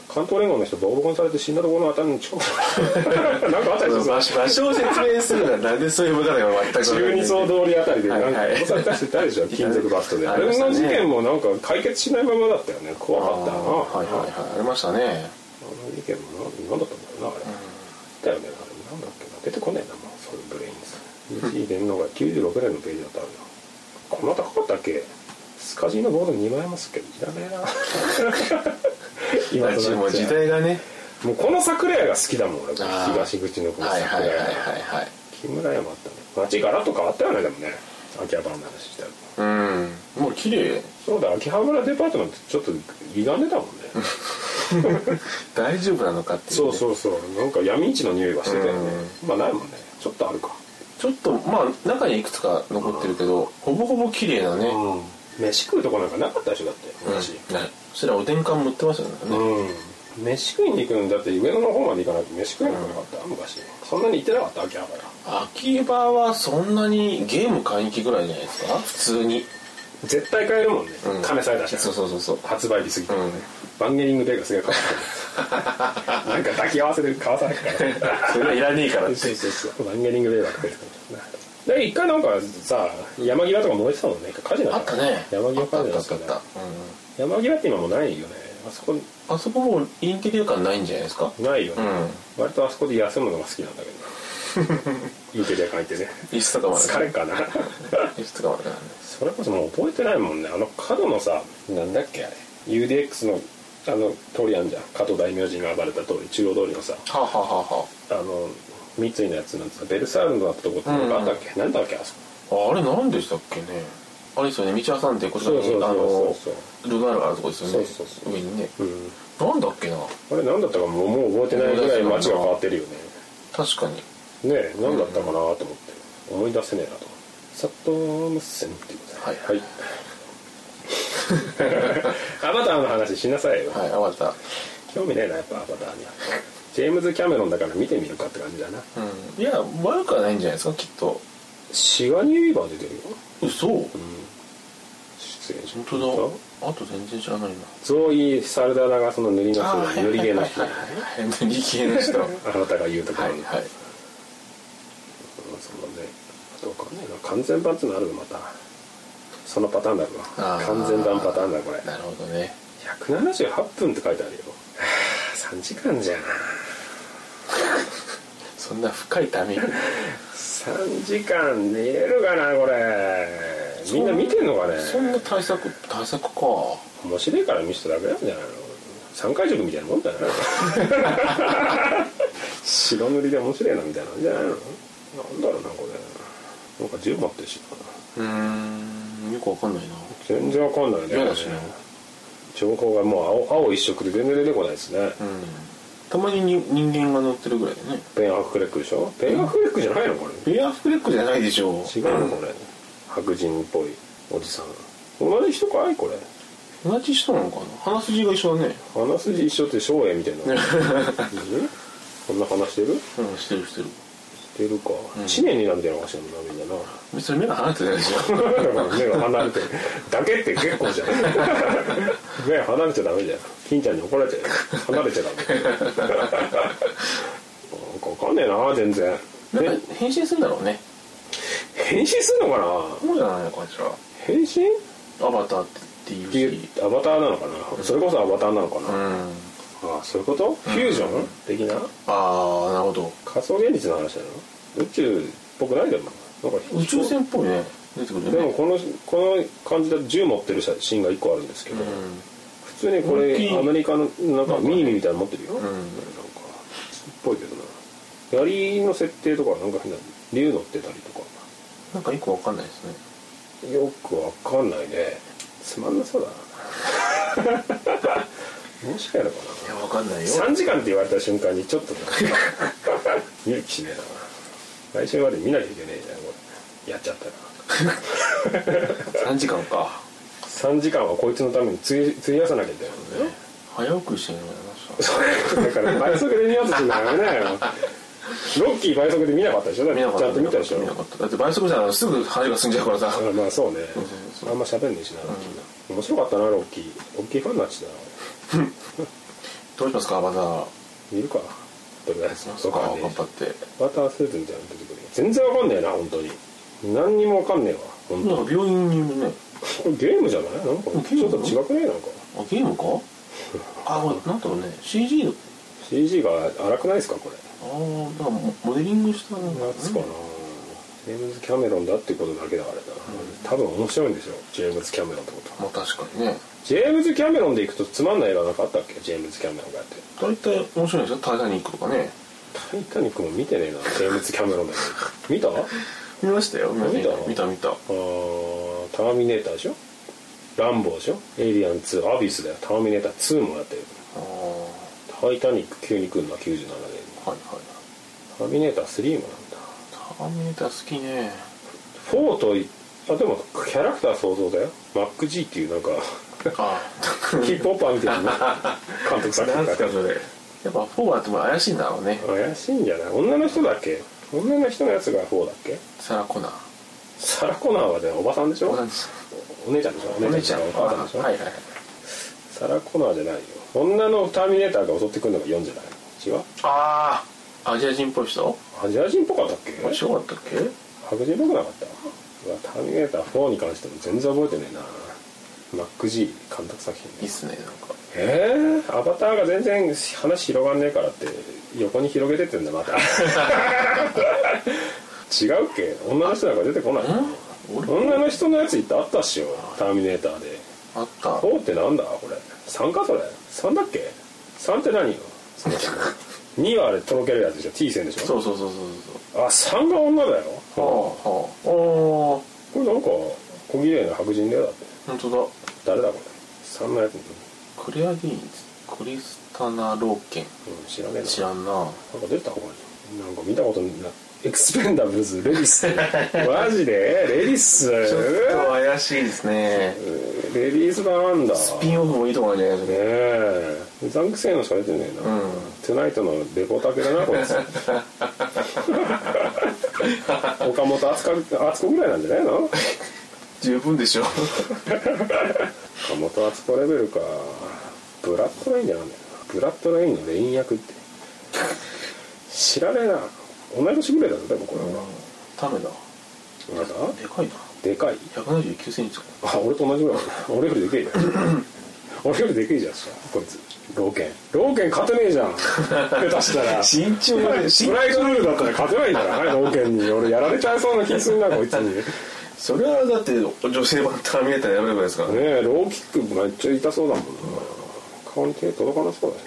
Speaker 3: 関東連合の人ボコボコにされて死んだところのあたりの近く なんかあったりする
Speaker 2: 場所場所を説明するならなんでそういう無駄なのか全くわかんない
Speaker 3: 中二層通りあたりでなんか
Speaker 2: はいはい
Speaker 3: 殺された人いたでしょ金属バットで
Speaker 2: あ
Speaker 3: あ
Speaker 2: りま
Speaker 3: れ
Speaker 2: した
Speaker 3: の
Speaker 2: ね
Speaker 3: 事件もなんか解決しないままだったよね怖かったな
Speaker 2: あーはいはいはいありましたね
Speaker 3: あの事件もな何だったんだろうなあれ、だよねあれなんだっけな出てこねえなもうそれブレインズ西井電脳が96年のページだったんだこんな高かったっけスカジーのボード2枚もすっけどいらねえな今と
Speaker 2: も
Speaker 3: な
Speaker 2: う
Speaker 3: っ
Speaker 2: 時
Speaker 3: ちゃ
Speaker 2: 代がね
Speaker 3: うもうこの桜屋が好きだもん俺
Speaker 2: あー
Speaker 3: 東口のこの
Speaker 2: はいはい
Speaker 3: 桜
Speaker 2: はい
Speaker 3: 屋、
Speaker 2: はいはい
Speaker 3: 木村山あったね街ガラッと変わったよねでもね秋葉原の話したら
Speaker 2: うんもう綺麗
Speaker 3: そうだ秋葉原デパートなんてちょっと歪んでたもんね
Speaker 2: 大丈夫なのかっていう、
Speaker 3: そ
Speaker 2: ね、
Speaker 3: うそうそうなんか闇市の匂いがしてたよねまあないもんねちょっとあるか
Speaker 2: ちょっとまあ中にいくつか残ってるけど、ほぼほぼ綺麗なね、
Speaker 3: うん飯食うとこなんかなかったでしょだって昔
Speaker 2: ねそしたらおでん缶持ってましたからね、
Speaker 3: うん飯食いに行くんだって上野の方まで行かないと飯食えなくなかった昔そんなに行ってなかった秋葉原
Speaker 2: 秋葉はそんなにゲーム買いに行きぐらいじゃないですか普通に
Speaker 3: 絶対買えるもんね
Speaker 2: うん
Speaker 3: 金さえ出したら
Speaker 2: そうそうそうそう
Speaker 3: 発売日過ぎて
Speaker 2: うん
Speaker 3: バンゲリングデーがすげえ 買ったなんか抱き合わせで買わさなきゃいから
Speaker 2: それはいらねえからっ
Speaker 3: そう
Speaker 2: て
Speaker 3: そうそうバンゲリングベーバーかけてたで一回なんかさ山際とか燃えてたもんね火事だ
Speaker 2: あったね
Speaker 3: 山際
Speaker 2: あ
Speaker 3: 火
Speaker 2: っ
Speaker 3: 事
Speaker 2: た
Speaker 3: だ
Speaker 2: あ
Speaker 3: っ
Speaker 2: った
Speaker 3: た
Speaker 2: あ
Speaker 3: ん
Speaker 2: った、
Speaker 3: だ
Speaker 2: うん
Speaker 3: 山際って今もうないよねあそこ
Speaker 2: あそこもインテリア感ないんじゃないですか
Speaker 3: ないよね、
Speaker 2: う
Speaker 3: 割とあそこで休むのが好きなんだけ どインテリア書いてね
Speaker 2: 椅子とかまで
Speaker 3: 疲れっかな
Speaker 2: 椅子とかまでなんで
Speaker 3: それこそもう覚えてないもんねあの角のさなんだっけあれ UDX のあの通りあんじゃん加藤大明神が暴れた通り中央通りのさ
Speaker 2: はあ、はあは
Speaker 3: あの三井のやつなんてさベルサールのとこってなんかあったっけ、なんだっけあそこ
Speaker 2: あはあ、あれ何でしたっけねあれですよね道挟んでこっちらに
Speaker 3: そうそうそうそう
Speaker 2: あのルガールがあるとこですよね
Speaker 3: そうそうそう
Speaker 2: 上にね
Speaker 3: うん
Speaker 2: なんだっけな
Speaker 3: あれ何だったかもうもう覚えてないぐらい街が変わってるよね
Speaker 2: 確かに
Speaker 3: ねえ何だったかなと思って思い出せねえなとサトムセンっていうこと
Speaker 2: はい
Speaker 3: はい アバターの話しなさいよ
Speaker 2: はいあわかっ
Speaker 3: 興味ねえなやっぱアバターにはジェームズ・キャメロンだから見てみるかって感じだな
Speaker 2: た、うん、いや悪くはないんじゃないですかきっと
Speaker 3: シガニー・ウィーバー出てるよ
Speaker 2: 嘘
Speaker 3: 出演者
Speaker 2: 本当だあと全然知らないな
Speaker 3: ゾーイ・サルダナがその塗りの人塗り毛の 人
Speaker 2: は
Speaker 3: あ
Speaker 2: いはいはい塗り系の人は
Speaker 3: なたが言うところの
Speaker 2: いはい
Speaker 3: そのねあとわかんないな完全版ってのあるのまたそのパターンだろうな
Speaker 2: あー
Speaker 3: 完全版パターンだこれ
Speaker 2: なるほどね
Speaker 3: 178分って書いてあるよ3時間じゃん
Speaker 2: そんな深いため息
Speaker 3: 3時間寝れるかなこれみんな見てんのかね
Speaker 2: そんな対策対策か
Speaker 3: 面白いから見せただけなんじゃないの3回塾みたいなもんだな 白塗りで面白いなみたいなんじゃないのなんだろうなこれなんか10待ってるしな
Speaker 2: うーんよくわかんないな
Speaker 3: 全然わかんないね
Speaker 2: 嫌だしね
Speaker 3: 情報がもう青青一色で全然出てこないですね、
Speaker 2: うんたまにに人間が乗ってるぐらいでね
Speaker 3: ペンアフレックでしょペンアフレックじゃないのこれ
Speaker 2: ベアフレックじゃないでしょ
Speaker 3: 違うのこれ白人っぽいおじさん同じ人かいこれ
Speaker 2: 同じ人なのかな鼻筋が一緒だね
Speaker 3: 鼻筋一緒って照英みたいな、うんこんな話してる
Speaker 2: うんしてるしてる
Speaker 3: してるか、知念になみたいな話なんだみんなな
Speaker 2: 別に目が離れてないでしょ
Speaker 3: 目が離れてるだけって結構じゃん目離れちゃダメじゃん金ちゃんに怒られちゃう離れちゃダメなんかわかんねえな全然
Speaker 2: な
Speaker 3: ね
Speaker 2: んか変身するんだろうね
Speaker 3: 変身するのかな
Speaker 2: そうじゃないのかしら
Speaker 3: 変身
Speaker 2: アバターっていう
Speaker 3: っ
Speaker 2: して
Speaker 3: いうアバターなのかなそれこそアバターなのか
Speaker 2: う
Speaker 3: な、
Speaker 2: ん
Speaker 3: ああそういうことフュージョン的な
Speaker 2: ああなるほど
Speaker 3: 仮想現実の話なの宇宙っぽくないでもなんか
Speaker 2: 宇宙船っぽいね出てくる
Speaker 3: でも
Speaker 2: ね
Speaker 3: このこの感じだと銃持ってる写真が1個あるんですけど、普通にこ
Speaker 2: 大きい
Speaker 3: れアメリカのなんかミニミみたいなの持ってるよ、なんかっぽいけどな槍の設定とかなんか変な竜乗ってたりとか
Speaker 2: なんか一個わかんないですね
Speaker 3: よくわかんないねつまんなそうだ なもしかやるか
Speaker 2: いやわかんない
Speaker 3: な3時間って言われた瞬間にちょっ となんか勇気しねえな来週まで見なきゃいけねえじゃんこれやっちゃったら
Speaker 2: 3時間か
Speaker 3: 3時間はこいつのために費や費やさなきゃいけないもんね
Speaker 2: 早送りしてるのやりまし
Speaker 3: だから倍速で見ようとするのやめなよロッキー倍速で見なかったでしょだ
Speaker 2: た
Speaker 3: っ
Speaker 2: 見な
Speaker 3: て
Speaker 2: かった
Speaker 3: ちゃんと見たでしょ
Speaker 2: 見なかっただって倍速じゃすぐ話が進んじゃうからさ
Speaker 3: あまあそうね
Speaker 2: そうそう
Speaker 3: あんま喋んねえしな、ロッキーな面白かったなロッキーロッキーファンになっちゃっ
Speaker 2: どうしますかアバター
Speaker 3: たな見るかとりあえずそうかね
Speaker 2: 頑張って
Speaker 3: バタースーツみたいなの出てくるよ全然わかんねえな本当に何にもわかんねえわ本
Speaker 2: なんか病院にいるね
Speaker 3: 当にゲームじゃないなんか
Speaker 2: ゲ
Speaker 3: ちょ
Speaker 2: ー
Speaker 3: っ
Speaker 2: ム
Speaker 3: と違くねえなんか
Speaker 2: あゲー ムかあこれなんだろうね CG の
Speaker 3: CG が荒くないですかこれ
Speaker 2: ああなんかモモデリングしたなんか
Speaker 3: やつかなジェームズ・キャメロンだってことだけだからな、多分面白いんでしょジェームズ・キャメロンってこと
Speaker 2: まあ確かにね
Speaker 3: ジェームズ・キャメロンで行くとつまんない映画なんかあったっけジェームズ・キャメロンがやってる
Speaker 2: 大体面白いでしょ「タイタニック」とかね
Speaker 3: タイタニックも見てねえなジェームズ・キャメロンだ けど見たあ
Speaker 2: 見ましたよ見ました
Speaker 3: 見
Speaker 2: 見
Speaker 3: た
Speaker 2: た見た
Speaker 3: ーターミネーターでしょランボーでしょエイリアン2アビスだよターミネーター2もやってる
Speaker 2: あー
Speaker 3: 「タイタニック」急に来るのは97年に
Speaker 2: はいはい
Speaker 3: 「ターミネーター3」もなんだ
Speaker 2: ターミネーター好きね
Speaker 3: 4といあでもキャラクター想像だよマック G っていうなんか
Speaker 2: あ
Speaker 3: ヒップホッパーみたいな監督
Speaker 2: あ
Speaker 3: 作
Speaker 2: なん
Speaker 3: 品
Speaker 2: すか
Speaker 3: か
Speaker 2: それやっぱフォーバーっても怪しいんだろうね
Speaker 3: 怪しいんじゃない女の人だっけ女の人のやつが4だっけ
Speaker 2: サラ・コナー
Speaker 3: サラ・コナーはねおばさんでし
Speaker 2: お
Speaker 3: ょ
Speaker 2: 姉ち
Speaker 3: お姉ちゃんでしょ
Speaker 2: ゃんお姉ちゃん
Speaker 3: お母さんでしょ、
Speaker 2: はいはい
Speaker 3: サラ・コナーじゃないよ女のターミネーターが襲ってくるのが4じゃない違う
Speaker 2: ああアジア人っぽい人
Speaker 3: アジア人っぽかったっけ
Speaker 2: 面白かったっけ
Speaker 3: 白人っぽくなかったうわターミネーター4に関しても全然覚えてねえなマック G 監督作品
Speaker 2: いいっすねなんか
Speaker 3: えー、アバターが全然話広がんねえからって横に広げてってんだ また違うっけ女の人なんか出てこない
Speaker 2: 俺
Speaker 3: 女の人のやついってあったっしょターミネーターで
Speaker 2: あった
Speaker 3: 4ってなんだこれ3かそれ3だっけ3って何よその2はあれとろけるやつでしょ T 線でしょ
Speaker 2: そうそうそうそう
Speaker 3: あ3が女だよ
Speaker 2: そうはあはあおお
Speaker 3: これなんか小綺麗な白人だよだって
Speaker 2: 本当だ
Speaker 3: 誰だこれ3のやつ、う
Speaker 2: クレア・ディーンズクリスタナ・ローケン
Speaker 3: ん、知らねえな
Speaker 2: 知らんな
Speaker 3: なんか出た方がいいなんか見たことないエクスペンダブルズレディス マジでレディス
Speaker 2: ちょっと怪しいですね
Speaker 3: レディース版なんだ
Speaker 2: スピンオフもいいとこなんじゃないです
Speaker 3: ね
Speaker 2: か
Speaker 3: えうざんくせえのしか出てねえな、
Speaker 2: うん
Speaker 3: トゥナイトのレポーター系だなこい つ岡本敦子敦子ぐらいなんじゃないの岡
Speaker 2: 十分でしょ
Speaker 3: 本敦子レベルかブラッドラインじゃなんだよなブラッドラインのレイン役って知らねえな同い年ぐらいだぞでもこれは、
Speaker 2: タメだ
Speaker 3: なんだ
Speaker 2: でかいな
Speaker 3: でかい
Speaker 2: 179センチか
Speaker 3: あ俺と同じぐらい俺よりでけえじゃん俺よりでけえじゃんこいつ老犬老犬勝てねえじゃん下手したら
Speaker 2: 身長がね
Speaker 3: スライドルールだったら勝てないんだからね老犬に俺やられちゃいそうな気すんなこいつにね
Speaker 2: それはだって女性版ターミネーターやめればいいですからね
Speaker 3: えローキックめっちゃ痛そうだもんな顔に手届かなそうだし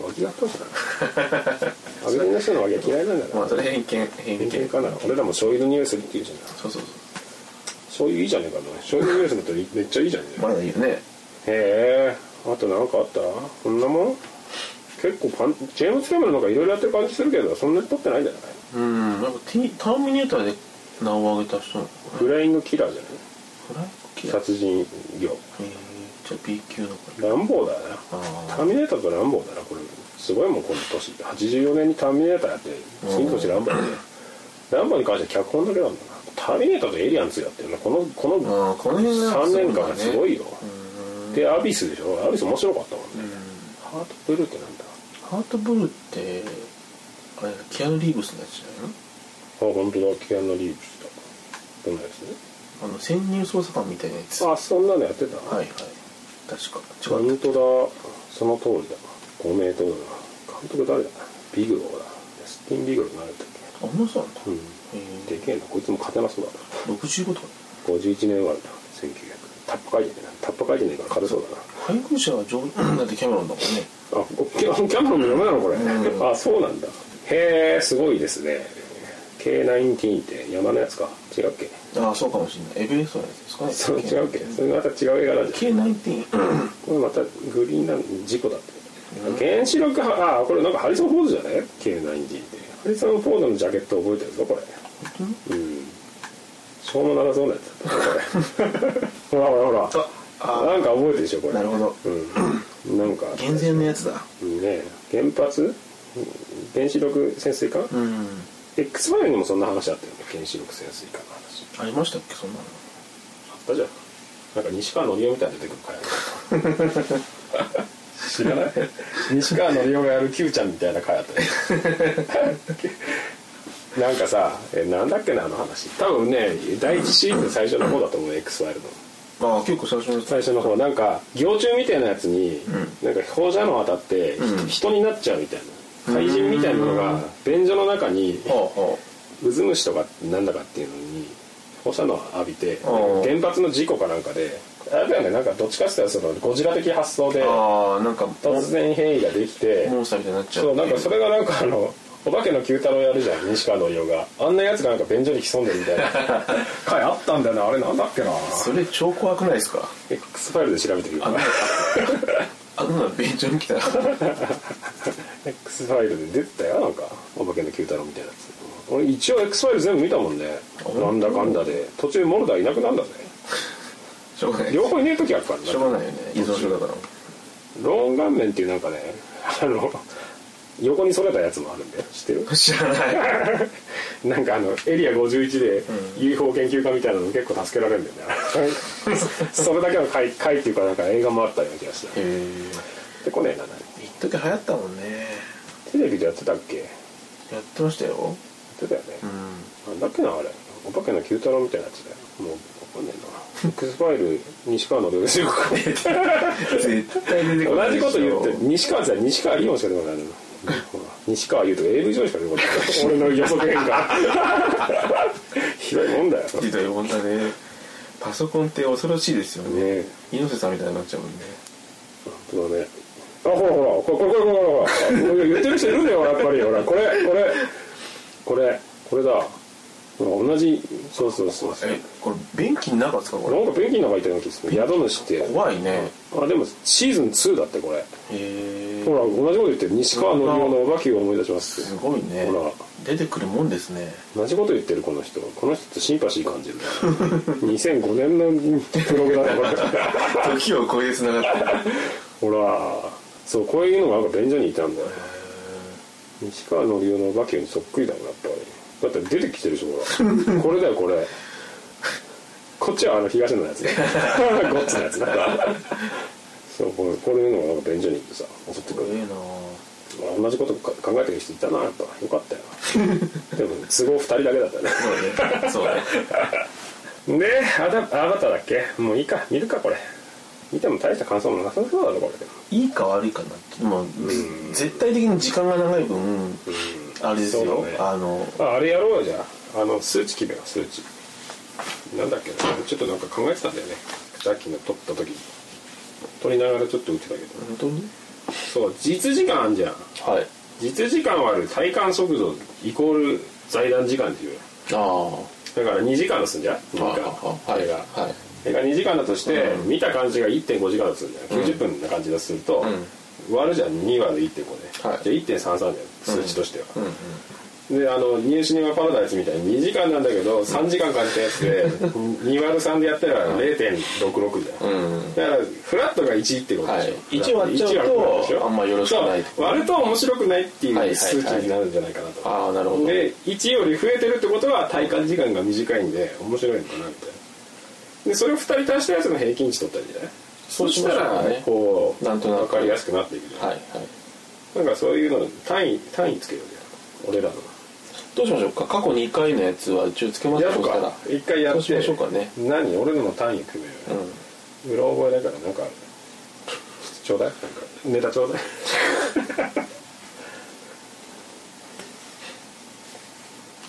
Speaker 3: な脇が太いしな白人の人の脇が嫌いなんだ
Speaker 2: ま
Speaker 3: な
Speaker 2: あそれ偏見偏
Speaker 3: 偏見
Speaker 2: 見
Speaker 3: かな俺らも醤油の匂いするって言うじゃん
Speaker 2: そうそうそう
Speaker 3: 醤油いいじゃねえかな醤油の匂いするとめっちゃいいじゃねえ
Speaker 2: まだいいよね
Speaker 3: へえあと何かあったこんなもん結構パンジェームズ・キャメロンなんかいろいろやってる感じするけどそんなに撮ってないんじゃない
Speaker 2: うんなんかティターミネーターで名を挙げた人なのかな
Speaker 3: フライングキラーじゃない
Speaker 2: フランキー
Speaker 3: 殺人業
Speaker 2: えーじゃあ B 級のか
Speaker 3: ランボーだな
Speaker 2: あ
Speaker 3: ターミネーターとランボーだなこれすごいもんこの年84年にターミネーターやって次の年ランボーだねランボーに関しては脚本だけなんだなターミネーターとエイリアンズやってるなこのこ
Speaker 2: あ
Speaker 3: の
Speaker 2: ああこの辺が
Speaker 3: 3年間
Speaker 2: そうだ
Speaker 3: が
Speaker 2: ね
Speaker 3: すごいよでアビスでしょアビス面白かったもんねハートブルーってなんだ
Speaker 2: ハートブルーってあれキアヌ・リーブスのやつじゃないの
Speaker 3: あ本当だキアヌ・リーブスだどんなやつね
Speaker 2: あの潜入捜査官みたいなやつは
Speaker 3: あそんなのやってた
Speaker 2: いはいい確か違う
Speaker 3: 本当だその通りだご名答だな監督誰だビグローだスティン・ビグローになれたっ
Speaker 2: あんなそうなんだ
Speaker 3: けうん
Speaker 2: え
Speaker 3: でけえなこいつも勝てなそうだな
Speaker 2: ー、65とか
Speaker 3: 51年生まれだ1900タッパ書いてねえなタッパ書いてねえから勝てそうだな
Speaker 2: 配偶者はジョーだってキャメロンだもんね
Speaker 3: あこキャキャメロンの嫁なのこれ、あそうなんだへえすごいですね K19 って山のやつか違うっけ
Speaker 2: ああそうかもしれないエベレストのやつですかね
Speaker 3: そう違うっけそれまた違う映画なんじゃん
Speaker 2: K19
Speaker 3: これまたグリーンランド事故だって、原子力はあこれなんかハリソン・フォードじゃない K9D ってハリソン・フォードのジャケット覚えてるぞこれうんしょうもならそうなやつだったこれ ほらほらほらなんか覚えてるでしょこれ
Speaker 2: なるほど
Speaker 3: うんなんか
Speaker 2: 厳然のやつだ
Speaker 3: ねえ原発うん原子力潜水艦、
Speaker 2: うん
Speaker 3: X ファイルにもそんな話あったよね原子力潜水艦の話
Speaker 2: ありましたっけそんなの
Speaker 3: あったじゃんなんか西川のりおみたいに出てくるから 知らない西川のりおがやる Q ちゃんみたいな回あったよ なんかさえなんだっけなあの話多分ね第一シーズン最初の方だと思う X ファイルの
Speaker 2: ああ結構最初のやつ
Speaker 3: 最初の方なんか行虫みたいなやつに、なんか放射能当たって、
Speaker 2: うん
Speaker 3: 人になっちゃうみたいな怪人みたいなのが便所の中に
Speaker 2: はあは
Speaker 3: ウズ虫とかなんだかっていうのに放射能を浴びて
Speaker 2: うん
Speaker 3: 原発の事故かなんかであれだよねなんかどっちかっていうとそのゴジラ的発想で
Speaker 2: あああなんか
Speaker 3: 突然変異ができて
Speaker 2: モンスターみたいになっちゃう
Speaker 3: そうなんかそれがなんかあのお化けの九太郎やるじゃん西川のりおがあんなやつがなんか便所に潜んでるみたいな 回あったんだよなあれなんだっけな
Speaker 2: それ超怖くないですか
Speaker 3: X ファイルで調べてみる
Speaker 2: あなんかあんなの便所に来たら
Speaker 3: X ファイルで出てたよなんかお化けの九太郎みたいなやつ俺一応 X ファイル全部見たもんねなんだかんだで途中モルダーいなくなんだぜ
Speaker 2: しょうがない
Speaker 3: 両方いねえ時あるからね
Speaker 2: しょうがないよね依存症だから
Speaker 3: ローン顔面っていうなんかねあの横にそれたやつもあるんだよ知ってる
Speaker 2: 知らない
Speaker 3: なんかあのエリア51で UFO 研究家みたいなの結構助けられるんだよねそ れだけの回回っていうかなんか映画もあったような気がして
Speaker 2: え
Speaker 3: でこねえな
Speaker 2: 一時流行ったもんね
Speaker 3: テレビでやってたっけや
Speaker 2: やってましたよ
Speaker 3: ってたよね、
Speaker 2: うん
Speaker 3: なんだっけなあれお化けの九太郎みたいなやつだよもうわかんねえな X ファイル西川の出口
Speaker 2: 絶対出てこない
Speaker 3: 同
Speaker 2: で
Speaker 3: じ
Speaker 2: しょ
Speaker 3: こと言って西川って言ったら西川リオンしか出てこないのほら西川優とか AV 上しか出てこない俺の予測変化ひどいもんだよ
Speaker 2: ひどいもんだねパソコンって恐ろしいですよね
Speaker 3: ね
Speaker 2: 猪瀬さんみたいになっちゃうもんね
Speaker 3: そうねあほらほらこれこれこれこれこれこれ言ってる人いるんだよやっぱりほらこれこれこれこれだほら同じそうそうそうそう
Speaker 2: えこれ便器の中ですかこれ
Speaker 3: なんかペンギンの中いたような気がする宿主って
Speaker 2: 怖いね
Speaker 3: あでもシーズン2だってこれ
Speaker 2: へ
Speaker 3: ほ
Speaker 2: え
Speaker 3: ら同じこと言ってる西川のりおのお化けを思い出します
Speaker 2: すごいね
Speaker 3: ほら
Speaker 2: 出てくるもんですね
Speaker 3: 同じこと言ってるこの人この人ってシンパシー感じるな2005年のブログだねこ
Speaker 2: 時を超えて繋がってる
Speaker 3: れほらそうこういうのがなんか便所にいたんだよ西川のりおのお化けにそっくりだもんやっぱりだって出てきてるでしょほらこれだよこれこっちはあの東野のやつねゴッツのやつだそうこれこういうのがなんか便所に行ってさ襲ってくる
Speaker 2: ええな
Speaker 3: 同じことか考えてる人いたなやっぱよかったよでも都合2人だけだったね
Speaker 2: そうねそうね
Speaker 3: でアダアバターだっけもういいか見るかこれ見ても大した感想もなさそうだぞこれでも
Speaker 2: いいか悪いかなってまあ絶対的に時間が長い分あれです
Speaker 3: そ
Speaker 2: よ
Speaker 3: うだね
Speaker 2: あの
Speaker 3: ああれやろうよじゃああの数値決めよう数値なんだっけなちょっとなんか考えてたんだよねさっきの撮った時撮りながらちょっと打ってたけど
Speaker 2: 本当に
Speaker 3: そう実時間あんじゃん
Speaker 2: はい
Speaker 3: 実時間割る体感速度イコール財団時間っていう
Speaker 2: ああ
Speaker 3: だから2時間ですんじゃん2時間
Speaker 2: あ
Speaker 3: あれが、
Speaker 2: はい
Speaker 3: 映画2時間だとして、見た感じが1.5時間だとするんだよ90分な感じだとすると、割るじゃん2割る1.5で、
Speaker 2: はい
Speaker 3: じゃあ1.33だよ数値としては、であの「ニューシネマパラダイス」みたいに2時間なんだけど3時間かけたやつで2割る3でやったら0.66だよ、だからフラットが1ってことでしょ、
Speaker 2: はい1割っちゃうと
Speaker 3: 1割ってことでしょ
Speaker 2: あんまよろしくない
Speaker 3: そう割ると面白くないって
Speaker 2: はいはい
Speaker 3: い
Speaker 2: は
Speaker 3: う
Speaker 2: い
Speaker 3: 数値になるんじゃないかなと、
Speaker 2: ああなるほど
Speaker 3: で1より増えてるってことは体感時間が短いんで面白いのかなみたいなでそれを2人足したやつの平均値取ったりじゃない
Speaker 2: そうし
Speaker 3: し
Speaker 2: ま
Speaker 3: た
Speaker 2: しょう
Speaker 3: ら
Speaker 2: かね
Speaker 3: こう
Speaker 2: なんとなく
Speaker 3: 分かりやすくなっていくじゃん、
Speaker 2: はいはい
Speaker 3: なんかそういうの単位単位つけようじゃん俺らの
Speaker 2: どうしましょうか過去2回のやつは一応つけます
Speaker 3: や
Speaker 2: か
Speaker 3: る
Speaker 2: そしたら
Speaker 3: か一回やっ
Speaker 2: そ
Speaker 3: て
Speaker 2: うしましょうかね
Speaker 3: 何俺らの単位組めよ
Speaker 2: う
Speaker 3: うよ、
Speaker 2: ん
Speaker 3: うろ覚えだからなんかあるちょうだいなんかネタち ょうだい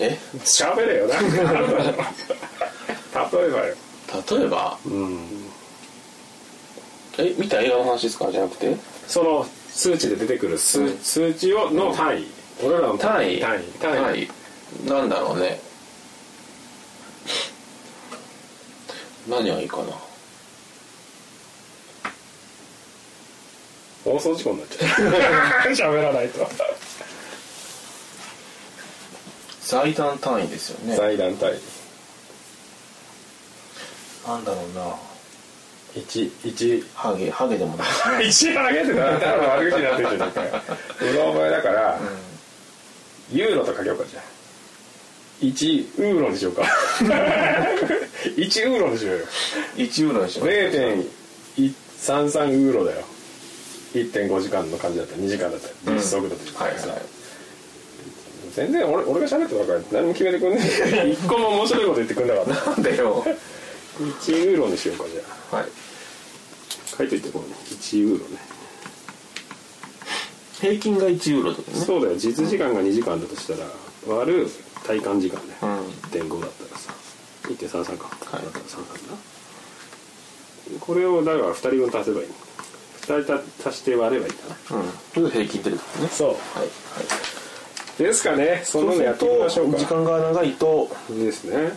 Speaker 2: え
Speaker 3: 喋れよなんかある だろ例えばよ
Speaker 2: 例えばえ見た映画の話ですかじゃなくて
Speaker 3: その数値で出てくる数,、
Speaker 2: うん
Speaker 3: 数値をの単位、俺らの
Speaker 2: 単位
Speaker 3: 単位単位、
Speaker 2: なんだろうね何がいいかな
Speaker 3: 放送事故になっちゃう喋らないと
Speaker 2: 最短単位ですよね
Speaker 3: 財団単位
Speaker 2: なんだろうな
Speaker 3: 11
Speaker 2: ハゲハゲでも ない
Speaker 3: 一上げてなただの悪口になってるじゃんかうろ覚えだから、ユーロとかけようかじゃあ1ウーロンにし ようか1ウーロンにしようよ
Speaker 2: 1ユーロでしょ
Speaker 3: 0.133ウーロだよ1.5時間の感じだったら2時間だったら実速度というか
Speaker 2: はい
Speaker 3: さ
Speaker 2: はい
Speaker 3: 全然俺俺が喋ってばっかりで何も決めてくんね え一個も面白いこと言ってくんなかった
Speaker 2: なんだよ
Speaker 3: 1ユーロにしようかじゃあ
Speaker 2: はい
Speaker 3: 書いといてこうね1ユーロね
Speaker 2: 平均が1ユーロとかね
Speaker 3: そうだよ実時間が2時間だとしたら割る体感時間ね、
Speaker 2: ん
Speaker 3: 1.5だったらさ1.33か、
Speaker 2: はい
Speaker 3: だったら33だなこれをだから2人分足せばいい2人た足して割ればいいんだな
Speaker 2: うんそれが平均ってことね
Speaker 3: そう
Speaker 2: はいはい
Speaker 3: ですかねそん
Speaker 2: そう
Speaker 3: な
Speaker 2: す
Speaker 3: のや
Speaker 2: る
Speaker 3: ってみましょう
Speaker 2: と
Speaker 3: か
Speaker 2: 時間が長いと
Speaker 3: ですね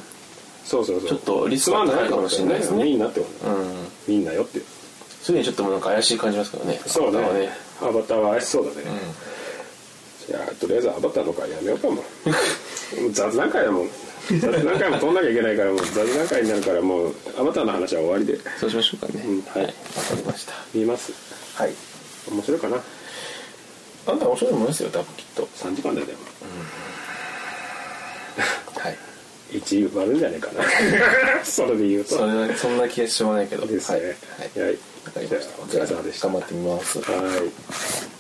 Speaker 3: そうそうそう
Speaker 2: ちょっとリスク
Speaker 3: は
Speaker 2: は高いかもしれないですね
Speaker 3: みんなってことだ
Speaker 2: うん
Speaker 3: みんなよって
Speaker 2: すでにちょっともうなんか怪しい感じますけどね
Speaker 3: そうね
Speaker 2: 頭は
Speaker 3: アバターは怪しそうだね、じゃあとりあえずアバターの回やめようかもう雑談会だもん雑談会も取んなきゃいけないからもう雑談会になるからもうアバターの話は終わりで
Speaker 2: そうしましょうかね、
Speaker 3: うんはい
Speaker 2: わかりました
Speaker 3: 見ます
Speaker 2: はい
Speaker 3: 面白いかな
Speaker 2: あんた面白いもんですよ多分きっと
Speaker 3: 3時間だよでも
Speaker 2: はい
Speaker 3: 1割るんじゃねえか なそれで言うと
Speaker 2: それはそんな気がしょうがないけど
Speaker 3: ですね
Speaker 2: はい、
Speaker 3: はい
Speaker 2: わかりまし
Speaker 3: じゃあ
Speaker 2: た
Speaker 3: お疲れ様でした
Speaker 2: 頑張ってみます
Speaker 3: はい